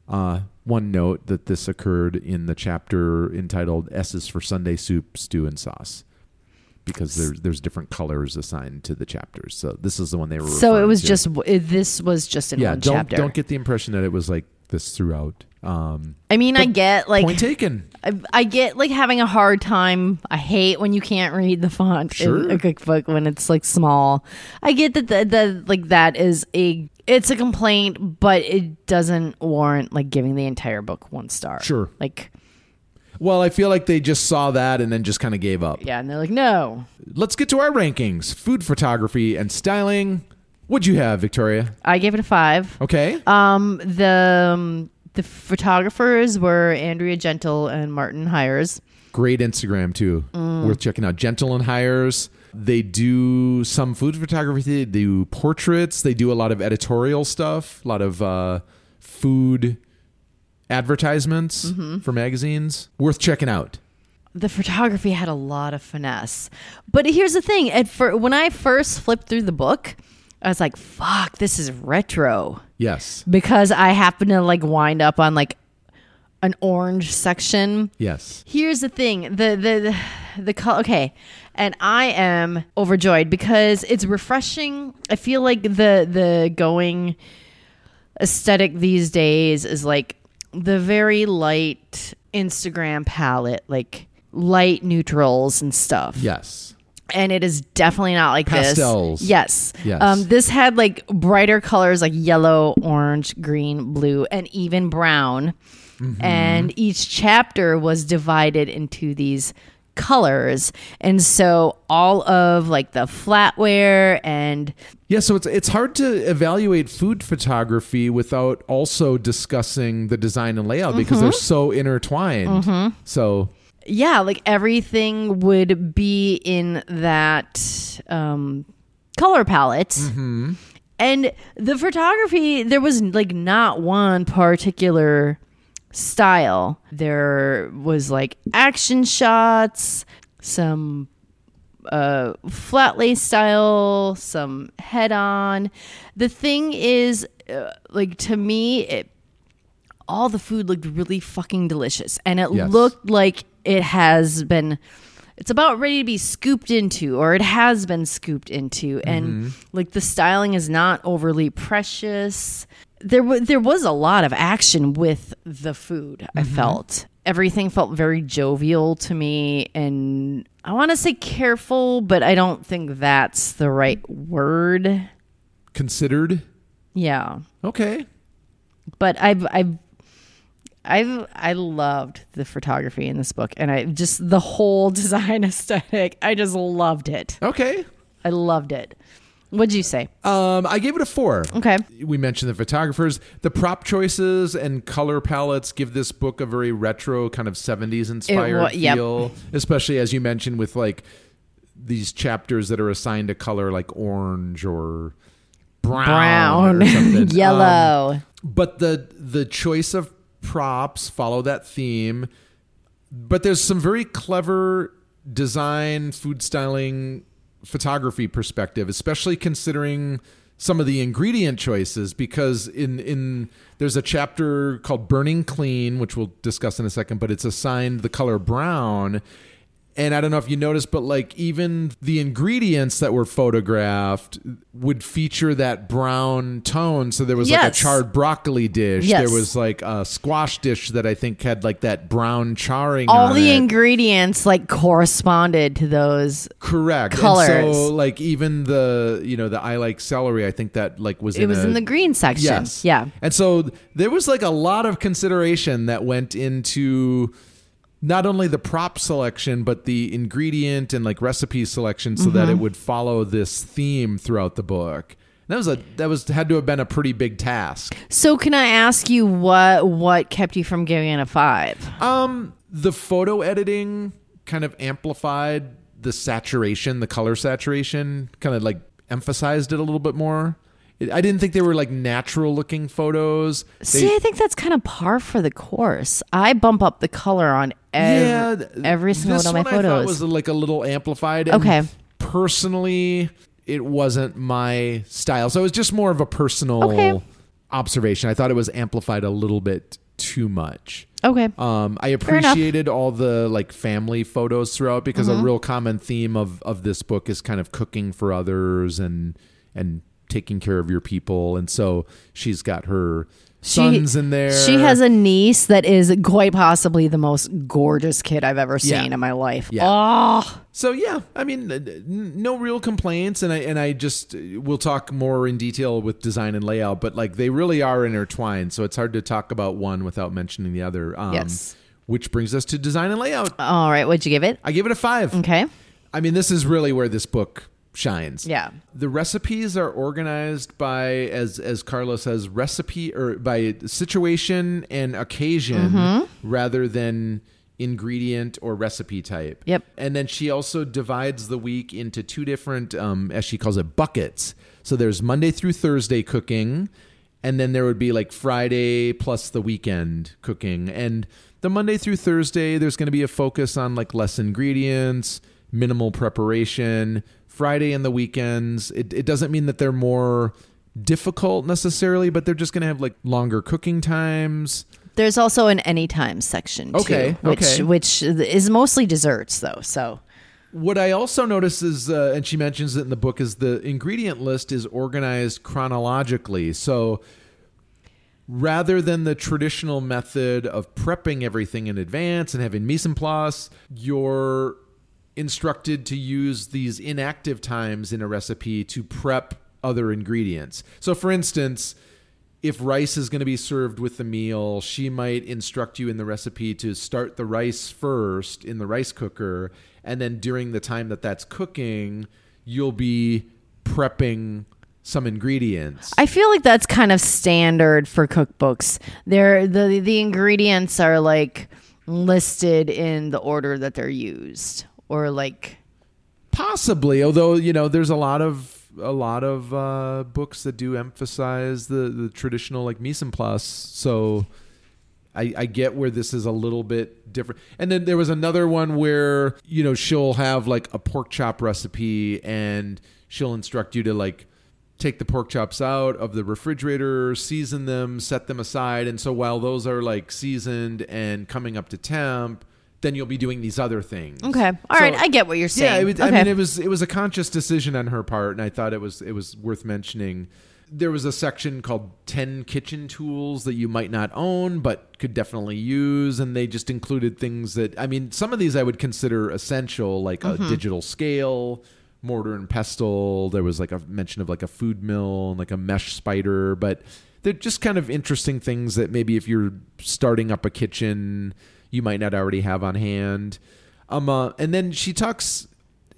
Uh, one note that this occurred in the chapter entitled S's for Sunday Soup, Stew, and Sauce. Because there's there's different colors assigned to the chapters, so this is the one they were. so it referring was to. just it, this was just in yeah. one Don't chapter. don't get the impression that it was like this throughout. Um, I mean, I get like point taken. I, I get like having a hard time. I hate when you can't read the font Sure. in a cookbook when it's like small. I get that the, the like that is a it's a complaint, but it doesn't warrant like giving the entire book one star. Sure. Like Well, I feel like they just saw that and then just kind of gave up. yeah, and they're like no. Let's get to our rankings: food photography and styling. What'd you have, Victoria? I gave it a five. Okay, Um, the um, the photographers were Andrea Gentle and Martin Hires. Great Instagram too. Worth checking out. Gentle and Hires. They do some food photography. They do portraits. They do a lot of editorial stuff. A lot of uh, food advertisements for magazines. Worth checking out. the photography had a lot of finesse. But here's the thing: at fir- when I first flipped through the book, I was like, "Fuck, this is retro," Yes. because I happened to like wind up on like an orange section. Yes. Here's the thing: the the the, the color. Okay, and I am overjoyed because it's refreshing. I feel like the the going aesthetic these days is like the very light Instagram palette, like light neutrals and stuff. Yes. And it is definitely not like Pastels. this. Yes. Yes. Um, this had like brighter colors like yellow, orange, green, blue, and even brown. Mm-hmm. And each chapter was divided into these colors. And so all of like the flatware and Yeah, so it's it's hard to evaluate food photography without also discussing the design and layout because they're so intertwined. So yeah, like everything would be in that um, color palette. And the photography, there was like not one particular style. There was like action shots, some uh, flat lace style, some head on. The thing is, uh, like to me, it all the food looked really fucking delicious, and it Yes. looked like it has been. It's about ready to be scooped into, or it has been scooped into, and like the styling is not overly precious. There, w- there was a lot of action with the food. I felt, everything felt very jovial to me and I want to say careful, but I don't think that's the right word. Considered. Yeah. Okay. But I've I've I've I loved the photography in this book and I just the whole design aesthetic. I just loved it. Okay. I loved it. What'd you say? Um, I gave it a four. Okay. We mentioned the photographers. The prop choices and color palettes give this book a very retro kind of 70s inspired wa- yep. feel, especially as you mentioned with like these chapters that are assigned a color like orange or brown, Brown, or something. Um, yellow. but the the choice of props follow that theme but there's some very clever design food styling photography perspective especially considering some of the ingredient choices because in in there's a chapter called burning clean which we'll discuss in a second but it's assigned the color brown and I don't know if you noticed, but like even the ingredients that were photographed would feature that brown tone. So there was like a Yes. charred broccoli dish. Yes. There was like a squash dish that I think had like that brown charring. All on the it. ingredients like corresponded to those. correct And colors. so like even the you know the I like celery. I think that like was It in was a- in the green section. Yes. Yeah. And so th- there was like a lot of consideration that went into not only the prop selection but the ingredient and like recipe selection so that it Mm-hmm. would follow this theme throughout the book. That was a that was had to have been a pretty big task. So can I ask you what what kept you from giving it a five? Um the photo editing kind of amplified the saturation, the color saturation, kind of like emphasized it a little bit more. It, I didn't think they were like natural looking photos. They- See, I think that's kind of par for the course. I bump up the color on ev- th- every single this one of my I thought photos. was like a little amplified. and Okay. Personally, it wasn't my style, so it was just more of a personal Okay. observation. I thought it was amplified a little bit too much. okay. Um, I enough. Mm-hmm. appreciated all the like family photos throughout because a real common theme of of this book is kind of cooking for others and and taking care of your people. And so she's got her sons in there. She has a niece that is quite possibly the most gorgeous kid I've ever seen Yeah. in my life. Yeah. Oh, So yeah, I mean, n- no real complaints, and I and I just we'll talk more in detail with design and layout, but like they really are intertwined, so it's hard to talk about one without mentioning the other. Um, Yes. Which brings us to design and layout. all right. What'd you give it? I give it a five. Okay. I mean, this is really where this book shines. Yeah. The recipes are organized by as as Carla says, recipe or by situation and occasion rather than ingredient or recipe type. Yep. And then she also divides the week into two different um as she calls it buckets. So there's Monday through Thursday cooking and then there would be like Friday plus the weekend cooking. And the Monday through Thursday, there's going to be a focus on like less ingredients, minimal preparation. Friday and the weekends, it, it doesn't mean that they're more difficult necessarily, but they're just going to have like longer cooking times. There's also an anytime section. Okay, Too, which okay. which is mostly desserts though. So What I also notice is, uh, and she mentions it in the book, is the ingredient list is organized chronologically. So rather than the traditional method of prepping everything in advance and having mise en place, you're instructed to use these inactive times in a recipe to prep other ingredients. So, for instance, if rice is going to be served with the meal, she might instruct you in the recipe to start the rice first in the rice cooker. And then during the time that that's cooking, you'll be prepping some ingredients. I feel like that's kind of standard for cookbooks. They're the the ingredients are like listed in the order that they're used or like Possibly, although you know, there's a lot of a lot of uh, books that do emphasize the the traditional like mise en place. So I, I get where this is a little bit different. And then there was another one where you know she'll have like a pork chop recipe, and she'll instruct you to like take the pork chops out of the refrigerator, season them, set them aside. And so while those are like seasoned and coming up to temp, then you'll be doing these other things. Okay. all right. So- I get what you're saying. yeah, it was, okay. I mean, it was it was a conscious decision on her part, and I thought it was it was worth mentioning. there was a section called 10 kitchen tools that you might not own but could definitely use and they just included things that i mean some of these i would consider essential like a digital scale mortar and pestle there was like a mention of like a food mill and like a mesh spider but they're just kind of interesting things that maybe if you're starting up a kitchen you might not already have on hand um, uh, and then she talks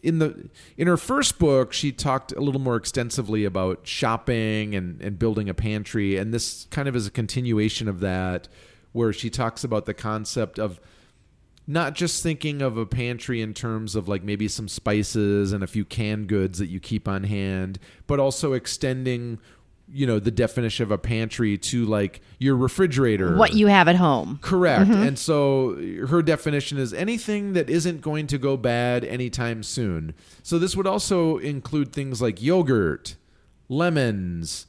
in the in her first book she talked a little more extensively about shopping and and building a pantry and this kind of is a continuation of that where she talks about the concept of not just thinking of a pantry in terms of like maybe some spices and a few canned goods that you keep on hand but also extending you know the definition of a pantry to like your refrigerator What you have at home. Correct. And so her definition is anything that isn't going to go bad anytime soon. So this would also include things like yogurt, lemons,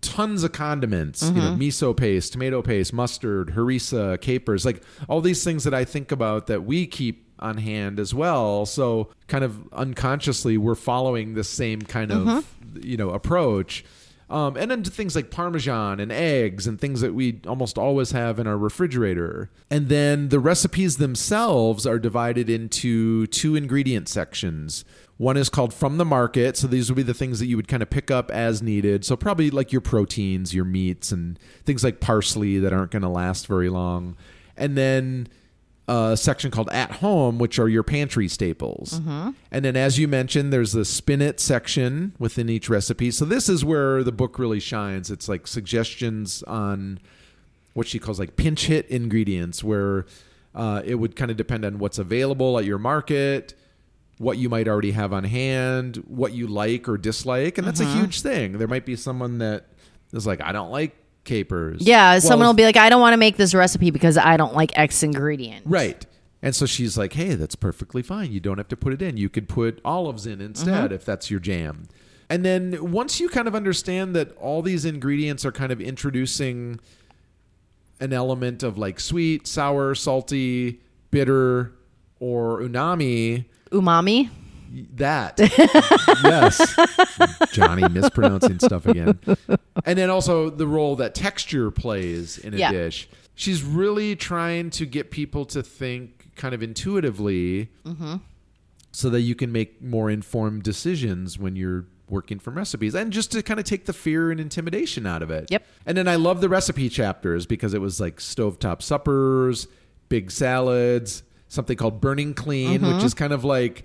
tons of condiments, you know, miso paste, tomato paste, mustard, harissa, capers, like all these things that I think about that we keep on hand as well. So kind of unconsciously we're following the same kind of you know approach. Um, and then to things like parmesan and eggs and things that we almost always have in our refrigerator. And then the recipes themselves are divided into two ingredient sections. One is called from the market. So these would be the things that you would kind of pick up as needed. So probably like your proteins, your meats, and things like parsley that aren't going to last very long. And then uh, a section called at home, which are your pantry staples. And then, as you mentioned, there's the spin it section within each recipe. So this is where the book really shines. It's like suggestions on what she calls like pinch hit ingredients, where uh, it would kind of depend on what's available at your market, what you might already have on hand, what you like or dislike, and that's Mm-hmm. a huge thing. There might be someone that is like, I don't like capers. Yeah, Well, someone will be like, I don't want to make this recipe because I don't like X ingredient. Right. And so she's like, hey, that's perfectly fine. You don't have to put it in. You could put olives in instead if that's your jam. And then once you kind of understand that all these ingredients are kind of introducing an element of like sweet, sour, salty, bitter, or unami, Umami? that. yes. Johnny mispronouncing stuff again. And then also the role that texture plays in a Yeah. dish. She's really trying to get people to think kind of intuitively so that you can make more informed decisions when you're working from recipes and just to kind of take the fear and intimidation out of it. Yep. And then I love the recipe chapters because it was like stovetop suppers, big salads, something called burning clean, which is kind of like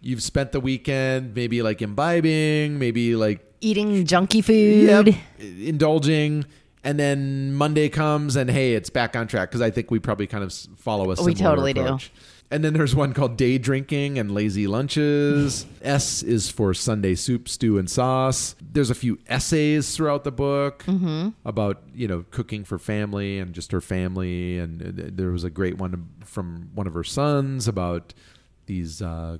you've spent the weekend maybe like imbibing, maybe like Eating junky food. indulging. And then Monday comes and hey, it's back on track because I think we probably kind of s- follow a similar We totally do. approach. And then there's one called day drinking and lazy lunches. S is for Sunday soup, stew, and sauce. There's a few essays throughout the book Mm-hmm. about you know cooking for family and just her family. And uh, there was a great one from one of her sons about these uh,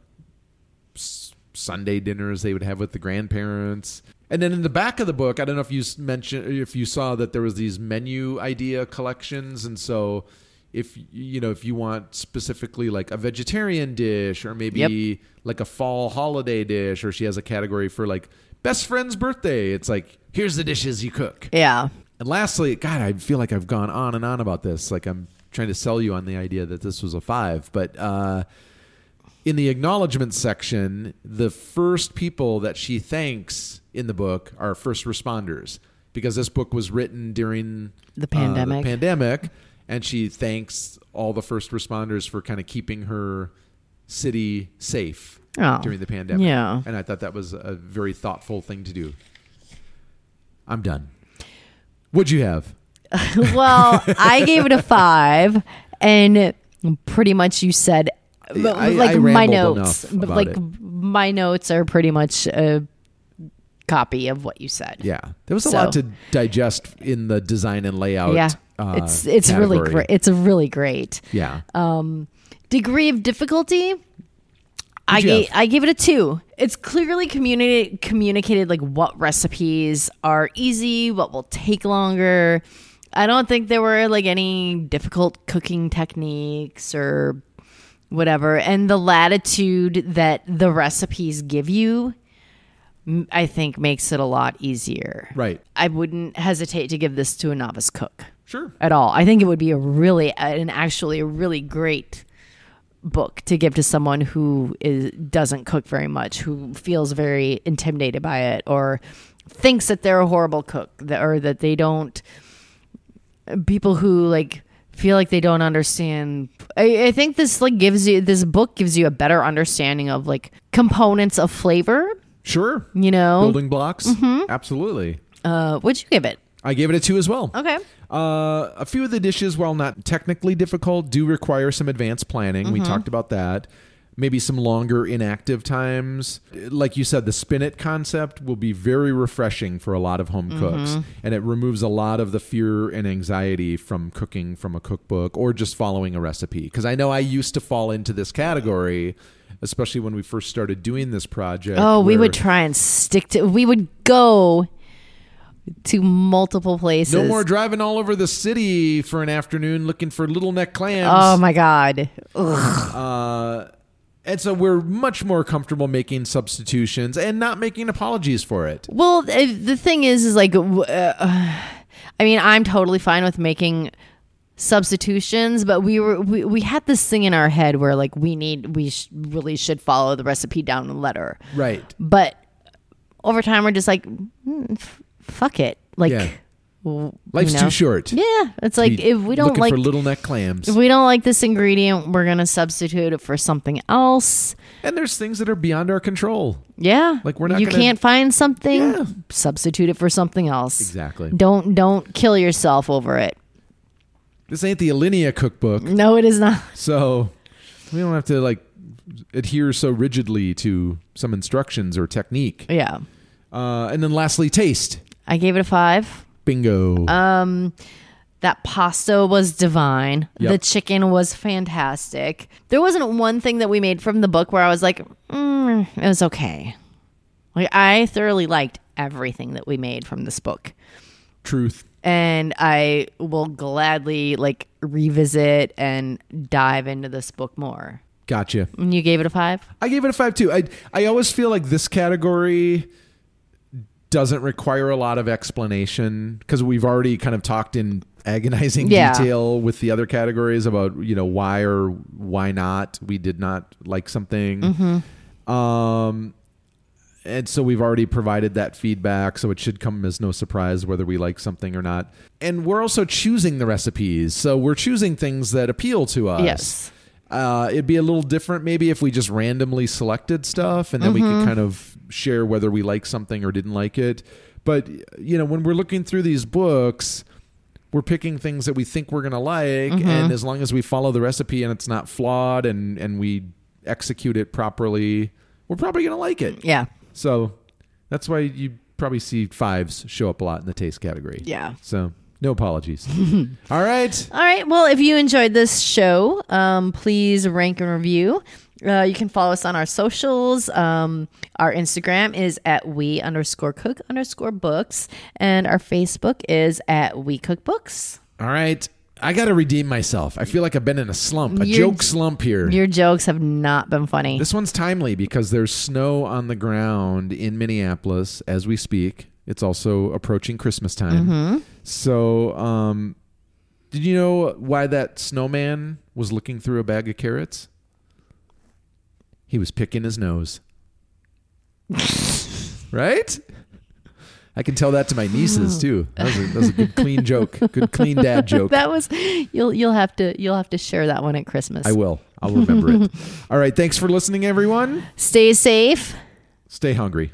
s- Sunday dinners they would have with the grandparents. And then in the back of the book, I don't know if you s- mentioned if you saw that there was these menu idea collections, and so if you know if you want specifically like a vegetarian dish or maybe like a fall holiday dish, or she has a category for like best friend's birthday, it's like here's the dishes you cook. Yeah. And lastly, God, I feel like I've gone on and on about this. Like I'm trying to sell you on the idea that this was a five, but uh, in the acknowledgement section, the first people that she thanks in the book are first responders because this book was written during uh, The pandemic. pandemic, and she thanks all the first responders for kind of keeping her city safe Oh. during the pandemic. Yeah. and I thought that was a very thoughtful thing to do. I'm done. What'd you have? well, I gave it a five, and pretty much you said, but, I- like I my rambled notes, enough but about like it. my notes are pretty much a copy of what you said. Yeah, there was a So- lot to digest in the design and layout. yeah. uh, it's it's really category. great. It's really great. Yeah, Um, degree of difficulty. I you gave, have? I gave it a two. It's clearly communi- communicated like what recipes are easy, what will take longer. I don't think there were like any difficult cooking techniques or whatever. And the latitude that the recipes give you m- I think makes it a lot easier. Right. I wouldn't hesitate to give this to a novice cook Sure. at all. I think it would be a really, an actually a really great book to give to someone who is doesn't cook very much, who feels very intimidated by it, or thinks that they're a horrible cook, that- or that they don't. People who like feel like they don't understand. I, I think this like gives you this book gives you a better understanding of like components of flavor. Sure. You know, Building blocks. Mm-hmm. Absolutely. uh, what'd you give it? I gave it a two as well. Okay. Uh, a few of the dishes, while not technically difficult, do require some advanced planning. Mm-hmm. We talked about that. Maybe some longer inactive times. Like you said, the spinet concept will be very refreshing for a lot of home Mm-hmm. cooks, and it removes a lot of the fear and anxiety from cooking from a cookbook or just following a recipe. Because I know I used to fall into this category, especially when we first started doing this project. Oh, we where- would try and stick to. We would go to multiple places. No more driving all over the city for an afternoon looking for little neck clams. Oh my god. Uh, and so we're much more comfortable making substitutions and not making apologies for it. Well, th- the thing is, is like, w- uh, I mean, I'm totally fine with making substitutions, but we were we, we had this thing in our head where like we need we sh- really should follow the recipe down the letter, Right. but over time we're just like, mm, f- fuck it, like. Yeah. w- Life's you know? too short. Yeah, it's like Be if we don't looking like for little neck clams, if we don't like this ingredient, we're gonna substitute it for something else. and there's things that are beyond our control. Yeah, Like, we're not you gonna- can't find something, Yeah. substitute it for something else. Exactly. Don't don't kill yourself over it. This ain't the Alinea cookbook, No, it is not. so we don't have to like adhere so rigidly to some instructions or technique. Yeah, Uh, and then lastly, taste. I gave it a five. Bingo. Um, that pasta was divine. Yep. The chicken was fantastic. There wasn't one thing that we made from the book where I was like, mm, it was okay. Like I thoroughly liked everything that we made from this book. Truth. and I will gladly like revisit and dive into this book more. Gotcha. And you gave it a five? I gave it a five too. I I always feel like this category doesn't require a lot of explanation because we've already kind of talked in agonizing Yeah. detail with the other categories about you know why or why not we did not like something. Mm-hmm. Um, and so we've already provided that feedback, so it should come as no surprise whether we like something or not. And we're also choosing the recipes, so we're choosing things that appeal to us. Yes. Uh, it'd be a little different maybe if we just randomly selected stuff and then we could kind of share whether we like something or didn't like it. But you know, when we're looking through these books, we're picking things that we think we're going to like and as long as we follow the recipe and it's not flawed and and we execute it properly, we're probably going to like it. Yeah. So that's why you probably see fives show up a lot in the taste category. Yeah. So no apologies. All right. All right. Well, if you enjoyed this show, um, please rank and review. Uh, you can follow us on our socials. Um, our Instagram is at we underscore cook underscore books, and our Facebook is at we cook books. All right. I got to redeem myself. I feel like I've been in a slump, a You're- joke slump here. Your jokes have not been funny. This one's timely because there's snow on the ground in Minneapolis as we speak. It's also approaching Christmas time. Mm-hmm. So, um, did you know why that snowman was looking through a bag of carrots? He was picking his nose. right? I can tell that to my nieces too. That was a, that was a good clean joke. Good clean dad joke. that was you'll you'll have to you'll have to share that one at Christmas. I will. I'll remember it. All right. Thanks for listening, everyone. Stay safe. Stay hungry.